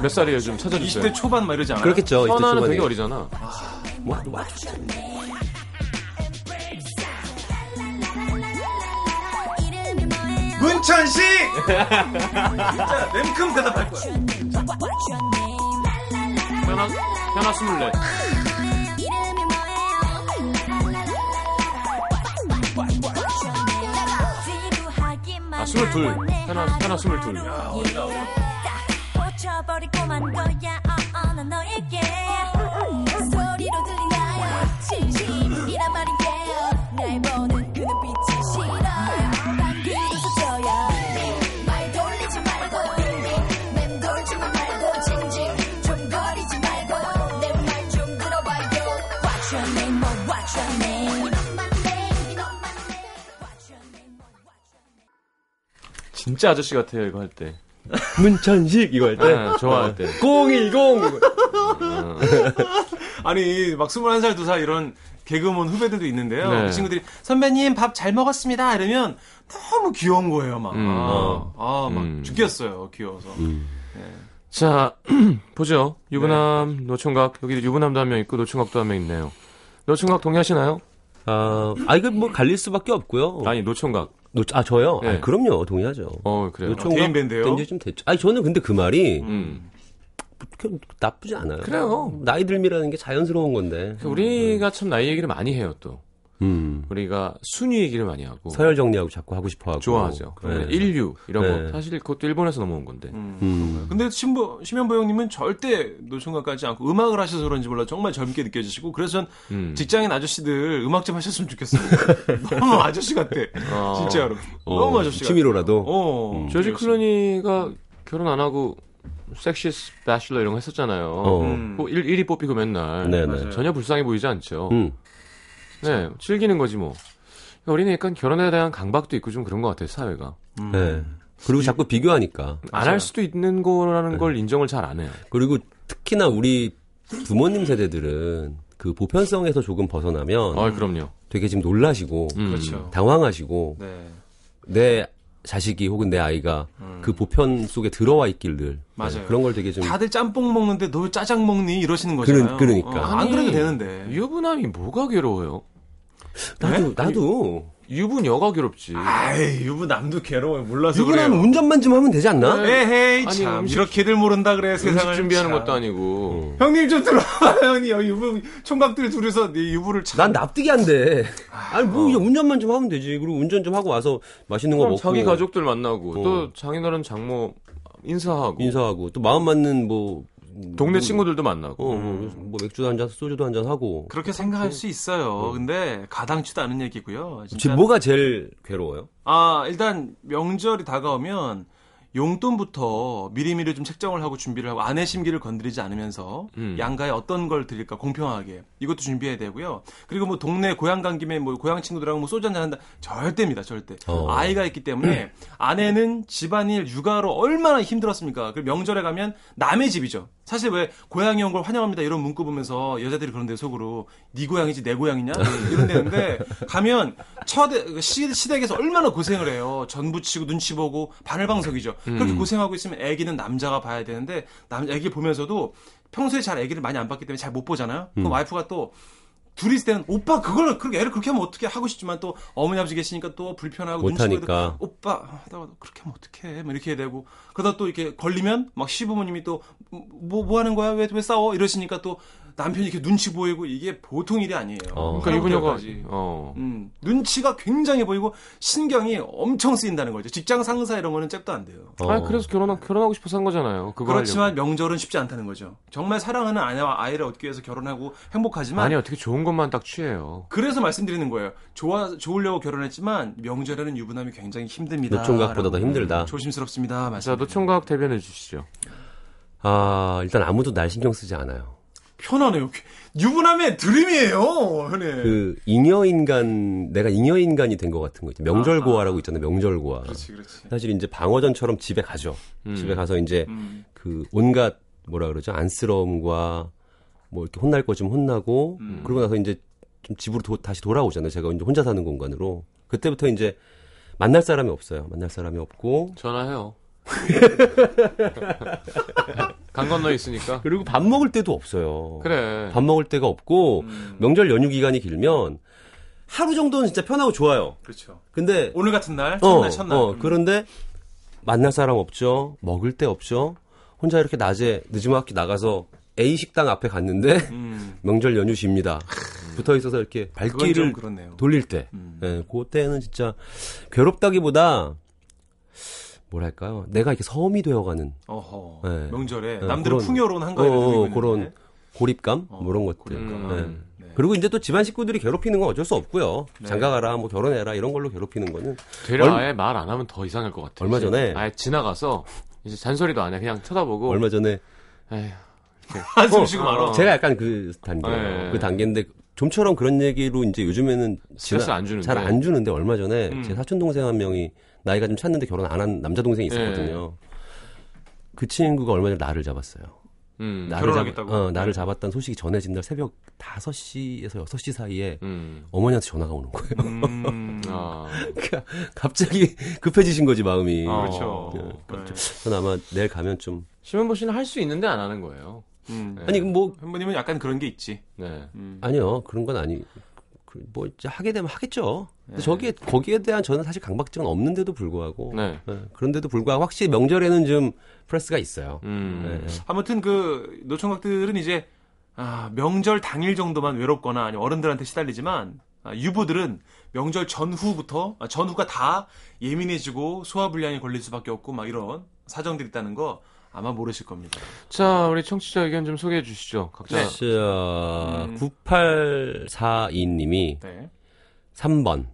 몇 살이에요? 좀 찾아주세요.
20대 초반 막 이러지 않아요?
그렇겠죠. 이때
선아는
초반에.
되게 어리잖아.
뭐, 뭐,
문천 씨! 진짜 냉큼 대답할 거야.
현아, 현아 24.
아, 스물둘. 하나, 하나 스물둘. 어, oh,
진짜 아저씨 같아요 이거 할 때.
문천식 이거 할 때.
아, 좋아할 때.
010
아니 막 21살 2살 이런 개그먼 후배들도 있는데요.
네.
그 친구들이 선배님 밥 잘 먹었습니다 이러면 너무 귀여운 거예요 막.
음.
아, 아, 막
음.
죽겠어요 귀여워서.
자 보죠. 유부남
네.
노총각 여기 유부남도 한 명 있고 노총각도 한 명 있네요. 노총각 동의하시나요?
아, 아 이거 뭐 갈릴 수밖에 없고요.
아니 노총각.
노- 아 저요?
네.
아, 그럼요. 동의하죠.
어 그래요.
요청각
개인 밴드예요?
된지좀 됐죠. 아니 저는 근데 그 말이
음.
그렇게 나쁘지 않아요.
그래요.
나이 들미라는 게 자연스러운 건데.
우리가 참 나이 얘기를 많이 해요 또.
음.
우리가 순위 얘기를 많이 하고. 음,
서열 정리하고 자꾸 하고 싶어 하고.
좋아하죠.
네.
인류 이런 거
네.
사실 그것도 일본에서 넘어온 건데.
음.
근데 신보, 심현보 형님은 절대 노총각 같지 않고 음악을 하셔서 그런지 몰라 정말 젊게 느껴지시고 그래서 전
음.
직장인 아저씨들 음악 좀 하셨으면 좋겠어요. 너무 아저씨 같아.
아.
진짜로. 너무 아저씨 같아.
어, 취미로라도. 음.
어.
조지
그래서-
클로니가 결혼 안 하고 섹시 스페셜러 이런 거 했었잖아요.
어.
음.
뭐 1, 위 뽑히고 맨날
네네.
맞아요.
전혀 불쌍해 보이지 않죠.
음.
네, 즐기는 거지 뭐. 그러니까 우리는 약간 결혼에 대한 강박도 있고 좀 그런 것 같아요 사회가
네. 그리고 자꾸 비교하니까.
안 할 수도 있는
네.
거라는 걸 인정을 잘 안 해요.
그리고 특히나 우리 부모님 세대들은 그 보편성에서 조금 벗어나면
아 그럼요.
되게 지금 놀라시고
음.
그렇죠.
당황하시고
네.
내 자식이 혹은 내 아이가 그 보편 속에 들어와 있길 늘
맞아요.
그런 걸 되게 좀
다들 짬뽕 먹는데 너 왜 짜장 먹니 이러시는 거잖아요.
음. 그러- 그러니까.
어, 안
아니,
그래도 되는데.
유부남이 뭐가 괴로워요?
나도
네?
나도
유부녀가 괴롭지.
아이 유부 남도 괴로워요. 몰라서
누구나
그래요. 네.
운전만 좀 하면 되지 않나?
에헤이
네. 아니,
참
음식-
이렇게들 모른다 그래 세상을
음식 준비하는
참.
것도
음.
아니고.
형님 좀 들어와요 형님 여기 유부 총각들 둘이서 네 유부를 참.
난 납득이 안 돼. 아니 뭐 이제 운전만 좀 하면 되지. 그리고 운전 좀 하고 와서 맛있는 거
뭐
그럼
먹고
자기 가족들 만나고
어.
또 장인어른 장모 인사하고
인사하고 또 마음 맞는 뭐
동네 친구들도 만나고.
어, 뭐, 뭐 맥주도 한 잔, 소주도 한 잔 하고.
그렇게 생각할 수 있어요. 근데 가당치도 않은 얘기고요. 진짜.
지금 뭐가 제일 괴로워요?
아 일단 명절이 다가오면 용돈부터 미리미리 좀 책정을 하고 준비를 하고 아내 심기를 건드리지 않으면서
음.
양가에 어떤 걸 드릴까 공평하게 이것도 준비해야 되고요. 그리고 뭐 동네 고향 간 김에 뭐 고향 친구들하고 뭐 소주 한잔 한다 절대입니다 절대.
어.
아이가 있기 때문에 아내는 집안일 육아로 얼마나 힘들었습니까? 그리고 명절에 가면 남의 집이죠. 사실 왜 고향이 온 걸 환영합니다 이런 문구 보면서 여자들이 그런데 속으로 네 고향이지 내 고향이냐 이런 데는데 가면 처대 시, 시댁에서 얼마나 고생을 해요. 전부 치고 눈치 보고 바늘방석이죠. 그렇게 고생하고 있으면 아기는 남자가 봐야 되는데 남 아기 보면서도 평소에 잘 아기를 많이 안 봤기 때문에 잘 못 보잖아요. 그럼 와이프가 또 둘이 있을 때는 오빠 그걸 그렇게 애를 그렇게 하면 어떻게 하고 싶지만 또 어머니 아버지 계시니까 또 불편하고 눈치 보이고
못하니까.
오빠 하다가 그렇게 하면 어떡해 막 이렇게 해야 되고 그러다 또 이렇게 걸리면 막 시부모님이 또 뭐 뭐 하는 거야 왜 왜 싸워 이러시니까 또 남편이 이렇게 눈치 보이고 이게 보통 일이 아니에요.
어.
그러니까 유부녀가
사람들까지.
어.
음, 눈치가 굉장히 보이고 신경이 엄청 쓰인다는 거죠. 직장 상사 이런 거는 잽도 안 돼요.
어.
아 그래서 결혼 결혼하고 싶어서 한 거잖아요. 그거
그렇지만 명절은 쉽지 않다는 거죠. 정말 사랑하는 아내와 아이를 얻기 위해서 결혼하고 행복하지만
아니 어떻게 좋은 것만 딱 취해요.
그래서 말씀드리는 거예요. 좋아 좋으려고 결혼했지만 명절에는 유부남이 굉장히 힘듭니다.
노총각보다 더
라고.
힘들다.
조심스럽습니다.
자,
맞아.
노총각 대변해 주시죠.
아, 일단 아무도 날 신경 쓰지 않아요.
편하네요. 유부남의 드림이에요, 현애.
그 잉여인간, 내가 잉여인간이 된 것 같은 거지. 명절고아라고 있잖아요, 명절고아.
그렇지, 그렇지.
사실 이제 방어전처럼 집에 가죠. 집에 가서 이제
음.
그 온갖 뭐라 그러죠? 안쓰러움과 뭐 이렇게 혼날 거 좀 혼나고 그러고 나서 이제 좀 집으로 도- 다시 돌아오잖아요. 제가 이제 혼자 사는 공간으로. 그때부터 이제 만날 사람이 없어요. 만날 사람이 없고
전화해요. 강 건너 있으니까.
그리고 밥 먹을 때도 없어요.
그래.
밥 먹을 때가 없고 명절 연휴 기간이 길면 하루 정도는 진짜 편하고 좋아요.
그렇죠.
근데
오늘 같은 날, 첫날, 첫날.
어, 그런데 만날 사람 없죠. 먹을 데 없죠. 혼자 이렇게 낮에 늦은막히 나가서 A 식당 앞에 갔는데
음.
명절 연휴십니다. 붙어 있어서 이렇게
그건 좀
발길을
그렇네요. 음.
돌릴 때, 예, 그때는 진짜 괴롭다기보다 뭐랄까요? 내가 이렇게 섬이 되어가는
어허.
네.
명절에
예,
남들은
그런-
풍요로운 한가위를
어, 어,
누리고
그런
있는데. 어,
고립감, 뭐 이런 것들.
음,
고립감.
예.
네.
그리고 이제 또 집안 식구들이 괴롭히는 건 어쩔 수 없고요. 장가가라, 뭐 결혼해라 이런 걸로 괴롭히는 거는
되려
얼-
아예 말 안 하면 더 이상할 것 같아.
얼마
이제.
전에-
아예 지나가서 이제 잔소리도 안 해. 그냥 쳐다보고.
얼마 전에
에휴,
한숨 쉬고 말아.
제가 약간 그 단계,
어. 네.
예그 단계인데 좀처럼 그런 얘기로 이제 요즘에는
스트레스 안 주는데.
잘안 주는데 얼마 전에
음.
제 사촌 동생 한 명이 나이가 좀 찼는데 결혼 안 한 남자 동생이 있었거든요.
네.
그 친구가 얼마 전에 나를 잡았어요.
음. 네.
나를
결혼하겠다고?
잡, 어, 나를 잡았다는 소식이 전해진 날 새벽 5시에서 6시 사이에
음.
어머니한테 전화가 오는 거예요.
음.
아.
갑자기 급해지신 거지 마음이.
아,
어.
그렇죠. 네.
전 아마 내일 가면 좀
심현보 씨는 할 수 있는데 안 하는 거예요.
음.
아니 뭐
현부님은 약간 그런 게 있지.
네.
음.
아니요 그런 건 아니 그, 뭐 이제 하게 되면 하겠죠. 근데
네.
저기에 거기에 대한 저는 사실 강박증은 없는데도 불구하고
네.
예, 그런데도 불구하고 확실히 명절에는 좀 프레스가 있어요.
음.
예, 예.
아무튼 그 노총각들은 이제 아, 명절 당일 정도만 외롭거나 아니면 어른들한테 시달리지만 아, 유부들은 명절 전후부터 아, 전후가 다 예민해지고 소화불량이 걸릴 수밖에 없고 막 이런 사정들이 있다는 거 아마 모르실 겁니다.
자, 우리 청취자 의견 좀 소개해 주시죠. 각자.
네.
자,
음.
9842님이
네.
3번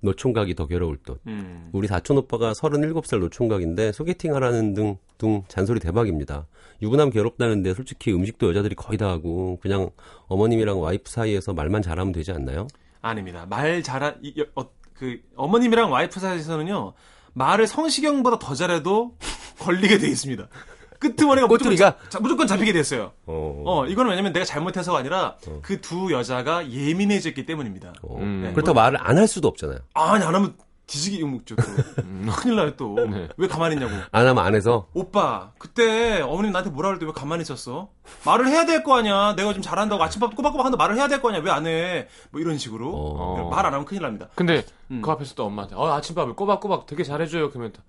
노총각이 더 괴로울 듯.
음.
우리 사촌 오빠가 37살 노총각인데 소개팅 하라는 등등 잔소리 대박입니다. 유부남 괴롭다는데 솔직히 음식도 여자들이 거의 다 하고 그냥 어머님이랑 와이프 사이에서 말만 잘하면 되지 않나요?
아닙니다. 말 잘한 이- 여- 어, 그 어머님이랑 와이프 사이에서는요 말을 성시경보다 더 잘해도 걸리게 돼 있습니다. 끄트머리가 무조건,
꼬투리가?
자- 무조건 잡히게 됐어요.
어.
어, 이건 왜냐면 내가 잘못해서가 아니라
어.
그 두 여자가 예민해졌기 때문입니다.
어.
음.
네.
그렇다고 말을 안 할 수도 없잖아요.
아, 아니, 안 하면 뒤지기 욕먹죠. 또. 음, 큰일 나요, 또.
네.
왜 가만히 있냐고.
안 하면 안 해서
오빠, 그때 어머님 나한테 뭐라 그럴 때 왜 가만히 있었어? 말을 해야 될 거 아니야. 내가 좀 잘한다고 아침밥 꼬박꼬박 한다 말을 해야 될 거 아니야. 왜 안 해? 뭐 이런 식으로. 그러니까
어.
어.
말 안 하면 큰일 납니다.
근데
음.
그 앞에서 또 엄마한테 어, 아침밥을 꼬박꼬박 되게 잘해 줘요. 그러면 또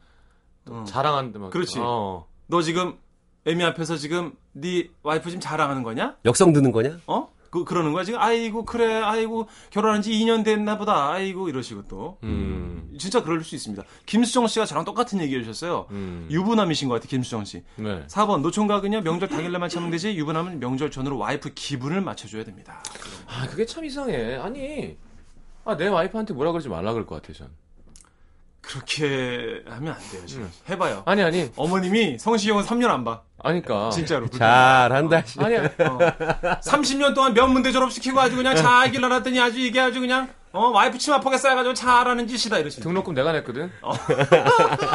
어.
자랑한다 막.
그렇지.
어.
너 지금 애미 앞에서 지금 네 와이프 지금 자랑하는 거냐?
역성 드는 거냐?
어? 그, 그러는 거야 지금? 아이고 그래 아이고 결혼한 지 2년 됐나 보다 아이고 이러시고 또
음.
진짜 그럴 수 있습니다. 김수정 씨가 저랑 똑같은 얘기 해주셨어요.
음.
유부남이신 것 같아요, 김수정 씨.
네.
4번, 노총각은요, 명절 당일날만 참으면 되지, 유부남은 명절 전으로 와이프 기분을 맞춰줘야 됩니다.
아, 그게 참 이상해. 아니. 아, 내 와이프한테 뭐라 그러지 말라 그럴 것 같아, 전.
그렇게 하면 안 돼요,
음.
지금. 해봐요.
아니, 아니.
어머님이 성시경은 3년 안 봐.
아니까.
진짜로.
잘한다. 씨.
아니야.
30년 동안 몇 문제 졸업시키고 아주 그냥 잘길 날았더니 아주 이게 아주 그냥, 어, 와이프 치마폭에 쌓여가지고 잘하는 짓이다, 이러시면.
등록금 내가 냈거든.
어,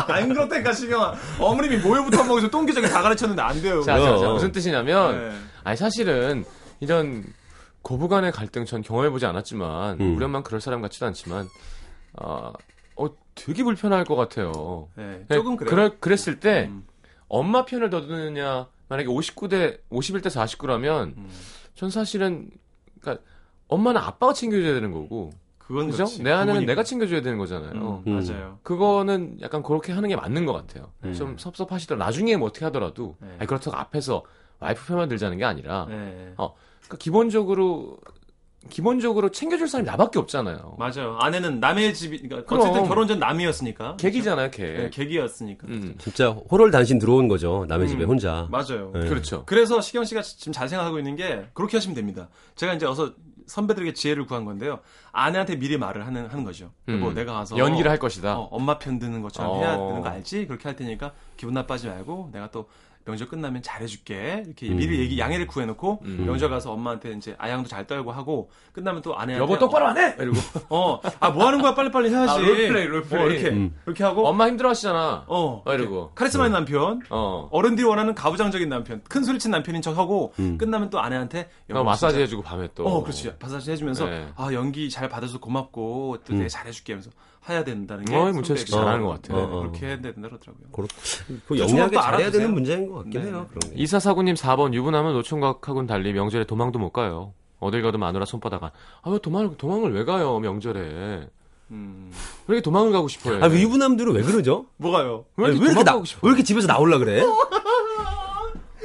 안 그렇다니까, 시경아. 어머님이 모유부터 먹어서 똥기저기 다 가르쳤는데 안 돼요.
자, 자, 자,
그럼.
무슨 뜻이냐면
네.
아니 사실은 이런 고부간의 갈등 전 경험해보지 않았지만
음.
우리 엄마는 그럴 사람 같지도 않지만 아, 어 되게 불편할 것 같아요.
네,
네,
조금 그래요.
그럴- 그랬을 때
음.
엄마 편을 더 드느냐 만약에 59대 51대 49라면
음.
전 사실은 그러니까 엄마는 아빠가 챙겨줘야 되는 거고
그건
그죠?
그렇지.
내 아내는
부분이-
내가 챙겨줘야 되는 거잖아요.
음,
음.
맞아요.
그거는 약간 그렇게 하는 게 맞는 것 같아요. 좀 섭섭하시더라도 나중에 뭐 어떻게 하더라도
네.
아니, 그렇다고 앞에서 와이프 편만 들자는 게 아니라
네.
그러니까 기본적으로 기본적으로 챙겨줄 사람이 나밖에 없잖아요.
맞아요. 아내는 남의 집이, 그러니까
그럼.
어쨌든 결혼 전 남이었으니까.
객이잖아요, 객.
네, 객이었으니까.
음,
진짜 호롤단신 들어온 거죠. 남의
음.
집에 혼자.
맞아요.
네.
그렇죠.
그래서 시경 씨가 지금 잘 생각하고 있는 게 그렇게 하시면 됩니다. 제가 이제 어서 선배들에게 지혜를 구한 건데요. 아내한테 미리 말을 하는, 하는 거죠.
음.
뭐 내가 가서.
연기를 할 것이다.
어, 엄마 편 드는 것처럼 해야
그러니까. 어.
되는 거 알지? 그렇게 할 테니까 기분 나빠지 말고 내가 또 명절 끝나면 잘해줄게. 이렇게 미리 얘기, 양해를 구해놓고
음.
명절 가서 엄마한테 이제 아양도 잘 떨고 하고 끝나면 또 아내한테.
여보 똑바로 안 해. 이러고
어, 아, 뭐 하는 거야? 빨리빨리 해야지.
아, 롤플레이, 롤플레이.
어, 이렇게.
음.
이렇게 하고.
엄마 힘들어하시잖아. 어,
어.
이러고
카리스마 있는 남편,
어.
어른들이 원하는 가부장적인 남편, 큰 소리친 남편인 척하고 끝나면 또 아내한테
음. 어, 마사지 해주고 밤에 또.
진짜- 어, 그렇지. 마사지 해주면서
네. 음.
아 연기 잘 받아서 고맙고 또 내가 잘해줄게 하면서 해야 된다는 게.
어, 문철 씨
선배가.
잘하는 것 같아요.
네,
어.
그렇게 해야 된다 그러더라고요.
그렇- 그
조금만
영리하게
또
잘해야
알아두세요.
되는 문제인 것 같긴
네.
해요. 그런 게.
이사사구님 4번 유부남은 노총각하고는 달리 명절에 도망도 못 가요. 어딜 가도 마누라 손바닥 안. 아왜 도망을 도망을 왜 가요 명절에?
음.
왜 이렇게 도망을 가고 싶어요?
아, 왜 유부남들은 왜 그러죠?
뭐가요?
왜 이렇게
아니, 나-
도망가고 싶어?
왜 이렇게 집에서 나올라 그래?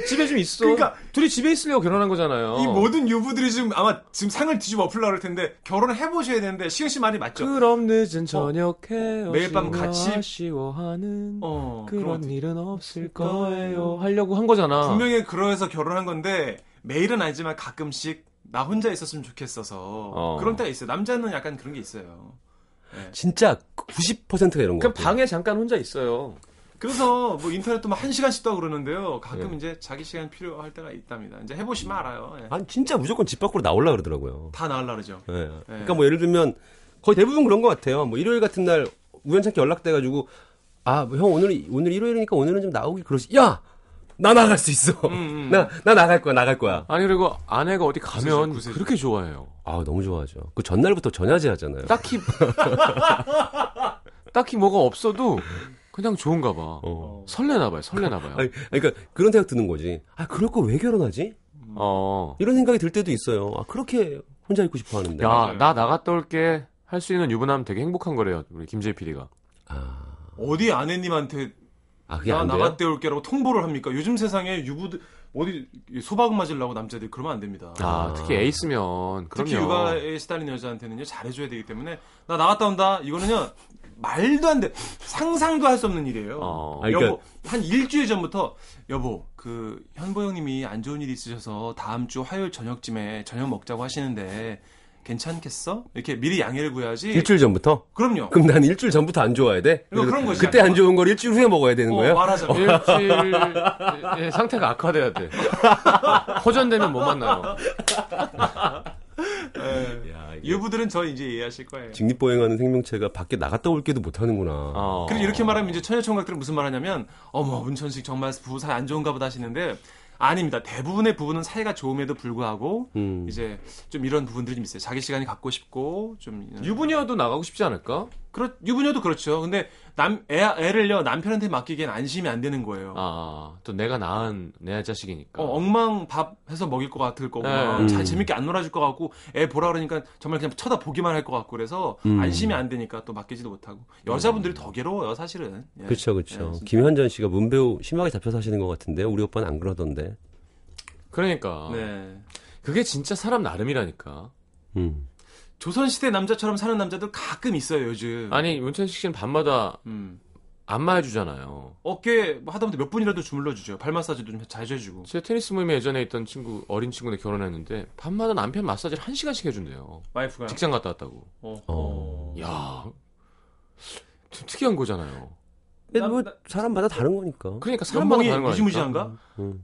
집에 좀 있어.
그러니까-
둘이 집에 있으려고 결혼한 거잖아요.
이 모든 유부들이 지금 아마 지금 상을 뒤집어 엎으려고 할 텐데 결혼을 해보셔야 되는데 시경 씨 말이 맞죠?
그럼 늦은 저녁에
어. 매일 밤
오시며
같이-
아쉬워하는
어,
그런
것도
일은 없을 거예요 하려고 한 거잖아.
분명히 그러해서 결혼한 건데 매일은 아니지만 가끔씩 나 혼자 있었으면 좋겠어서
어.
그런 때가 있어요. 남자는 약간 그런 게 있어요.
진짜 90%가 이런 거.
그냥 방에 잠깐 혼자 있어요.
그래서 뭐 인터넷도 막한 시간씩도 하고 그러는데요. 가끔 이제 자기 시간 필요할 때가 있답니다. 이제 해보시면 알아요. 예.
예. 음. 아니, 진짜 무조건 집 밖으로 나올라 그러더라고요.
다 나으려 그러죠.
예. 그러니까 뭐 예를 들면 거의 대부분 그런 것 같아요. 뭐 일요일 같은 날 우연찮게 연락돼가지고 아 형 오늘 오늘 일요일이니까 오늘은 좀 나오기 그러지. 야 나 나갈 수 있어. 나 나 나갈 거야 나갈 거야.
아니 그리고 아내가 어디 가면
구세주, 구세주.
그렇게 좋아해요.
아 너무 좋아하죠. 그 전날부터 전야제 하잖아요.
딱히 딱히 뭐가 없어도 그냥 좋은가 봐.
어.
설레나 봐요. 설레나 봐요.
아니, 아니, 그러니까 그런 생각 드는 거지. 아 그럴 거 왜 결혼하지?
어.
이런 생각이 들 때도 있어요. 아 그렇게 혼자 있고 싶어
네,
하는데.
야, 나 나갔다 올게. 할 수 있는 유부남 되게 행복한 거래요. 우리 김재희 PD가.
아,
어디 아내님한테
아 그게
나
안 돼요?
나갔다 올게라고 통보를 합니까? 요즘 세상에 유부들 어디 소박 맞으려고 남자들이 그러면 안 됩니다.
아, 특히 에이스면 그럼요.
특히 육아에 시달린 여자한테는요 잘해줘야 되기 때문에 나 나갔다 온다 이거는요 말도 안 돼 상상도 할 수 없는 일이에요.
어.
아니, 그러니까
여보 한 일주일 전부터 여보 그 현보 형님이 안 좋은 일이 있으셔서 다음 주 화요일 저녁쯤에 저녁 먹자고 하시는데 괜찮겠어? 이렇게 미리 양해를 구해야지.
일주일 전부터?
그럼요.
그럼 난 일주일 전부터 안 좋아야 돼?
이거 그런 거지.
그때 안 좋은 걸 일주일 후에 먹어야 되는
어,
거예요?
말하자면
일주일 예, 상태가 악화돼야 돼. 호전되면 못 만나요.
예. 유부들은 저 이제 이해하실 거예요.
직립보행하는 생명체가 밖에 나갔다 올게도 못하는구나.
어.
그리고 이렇게 말하면 이제 처녀총각들은 무슨 말하냐면 어머 문천식 정말 부부 사이 안 좋은가 보다 하시는데 아닙니다. 대부분의 부부는 사이가 좋음에도 불구하고
음.
이제 좀 이런 부분들이 좀 있어요. 자기 시간이 갖고 싶고 좀
유부녀도 나가고 싶지 않을까?
그렇 유부녀도 그렇죠. 근데 남 애, 애를요 남편한테 맡기기엔 안심이 안 되는 거예요.
아, 또 내가 낳은 내 자식이니까.
어, 엉망 밥 해서 먹일 것 같을 거고
네.
잘 재밌게 안 놀아줄 것 같고 애 보라 그러니까 정말 그냥 쳐다보기만 할 것 같고 그래서
음.
안심이 안 되니까 또 맡기지도 못하고 여자분들이 더 괴로워요 사실은. 예.
그렇죠,
예,
그렇죠.
진짜.
김현전 씨가 문배우 심하게 잡혀서 하시는 것 같은데 우리 오빠는 안 그러던데.
그러니까.
네.
그게 진짜 사람 나름이라니까.
음.
조선시대 남자처럼 사는 남자들 가끔 있어요, 요즘.
아니, 문천식 씨는 밤마다
음.
안마 해주잖아요.
어깨 뭐 하다못해 몇 분이라도 주물러주죠. 발 마사지도 좀 자주 해주고.
제 테니스 모임에 예전에 있던 친구, 어린 친구네 결혼했는데, 밤마다 남편 마사지를 한 시간씩 해준대요.
와이프가.
직장 갔다 왔다고.
어.
어.
야 좀 특이한 거잖아요.
근데 뭐
나- 나-
사람마다 다른 거니까.
그러니까 사람마다
연봉이
다른 거아니까
무지무지한가?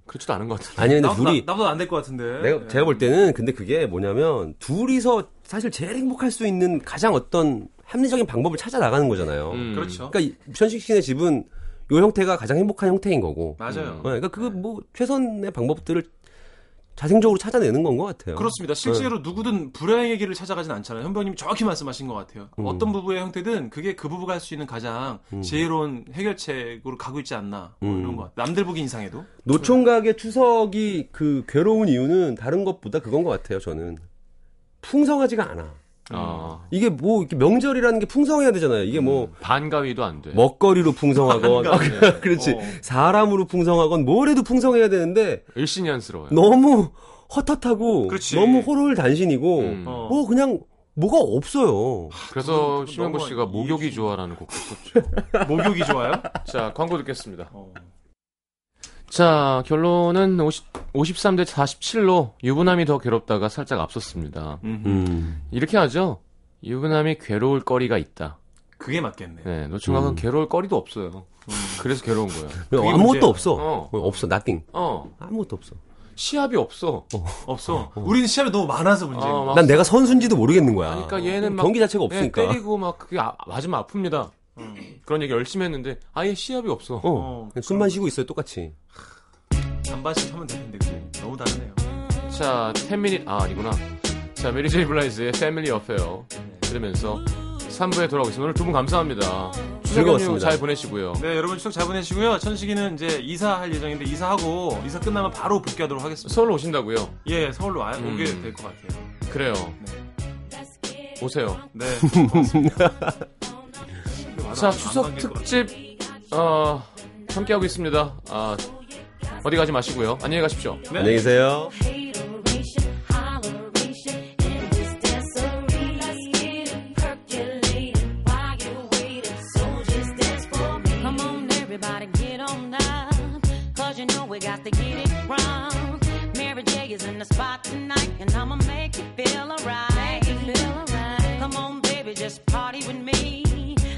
그렇지도 않은 것 같아.
아니 근데
나보다,
둘이
나보다 안 될 것 같은데.
내가 제가 볼 때는 근데 그게 뭐냐면 둘이서 사실 제일 행복할 수 있는 가장 어떤 합리적인 방법을 찾아 나가는 거잖아요.
음.
그렇죠.
그러니까 이- 현식 씨네 집은 요 형태가 가장 행복한 형태인 거고.
음. 맞아요.
어, 그러니까 그 뭐 최선의 방법들을 자생적으로 찾아내는 건 것 같아요.
그렇습니다. 실제로 누구든 불행의 길을 찾아가진 않잖아요. 현병님이 정확히 말씀하신 것 같아요.
음.
어떤 부부의 형태든 그게 그 부부가 할 수 있는 가장 지혜로운 해결책으로 가고 있지 않나.
음.
뭐 이런 것. 남들 보기 인상에도.
노총각의 추석이 그 괴로운 이유는 다른 것보다 그건 것 같아요. 저는 풍성하지가 않아.
아,
이게 뭐 이렇게 명절이라는 게 풍성해야 되잖아요. 이게
음.
뭐
반가위도 안 돼.
먹거리로 풍성하건, 아,
그러니까.
그- 그렇지
어.
사람으로 풍성하건 뭐래도 풍성해야 되는데
일신연스러워요.
너무 헛헛하고
그렇지.
너무 호롤단신이고
음.
어.
뭐 그냥 뭐가 없어요.
그래서
그건
심영보
너무
씨가
이해해
목욕이
주시네.
좋아라는 곡을 썼죠.
목욕이 좋아요?
자, 광고 듣겠습니다.
어.
자, 결론은 50, 53대 47로 유부남이 더 괴롭다가 살짝 앞섰습니다.
음.
음.
이렇게 하죠. 유부남이 괴로울 거리가 있다.
그게 맞겠네. 요
네, 노총각은
음.
괴로울 거리도 없어요. 그래서 괴로운 거야.
아무것도
문제야.
없어.
어.
없어. nothing.
어,
아무것도 없어.
시합이 없어.
없어. 우린 시합이 너무 많아서 문제.
어, 막
난 내가 선수인지도 모르겠는 거야. 음,
그러니까 얘는 막
아. 경기 자체가
예,
없으니까.
때리고 막 그게 아- 맞으면 아픕니다. 그런 얘기 열심히 했는데 아예 시합이 없어.
어.
어,
그냥 숨만 쉬고 있어요. 똑같이.
반반씩 하면 되는데 그게 너무 다르네요.
자, 10미닛 아 아니구나. 자, 메리 제이 블라이즈의 패밀리 어페어 들으면서 3부에 돌아오겠습니다. 오늘 두 분 감사합니다. 추석 연휴
즐거웠습니다.
잘 보내시고요.
네, 여러분 추석 잘 보내시고요. 천식이는 이제 이사할 예정인데 이사하고 이사 끝나면 바로 복귀하도록 하겠습니다.
서울 오신다고요?
예, 서울로 와,
음.
오게 될 것 같아요.
그래요. 오세요.
네.
자, 추석 특집 어 함께 하고 있습니다. 아 어디 가지 마시고요. 안녕히 가십시오.
네.
안녕히 계세요.
Hateration, holleration, and this dancery. Let's get it percolating while you're waiting. So just dance for me.
Come on, everybody, get on up. Cause you know we got to get it wrong. Mary J is in the spot tonight, and I'ma make you feel alright. Come on, baby, just party with me.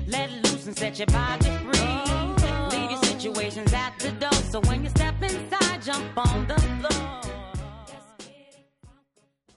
Let loose and set your body free. Leave your situations at the door. So when you step inside, jump on the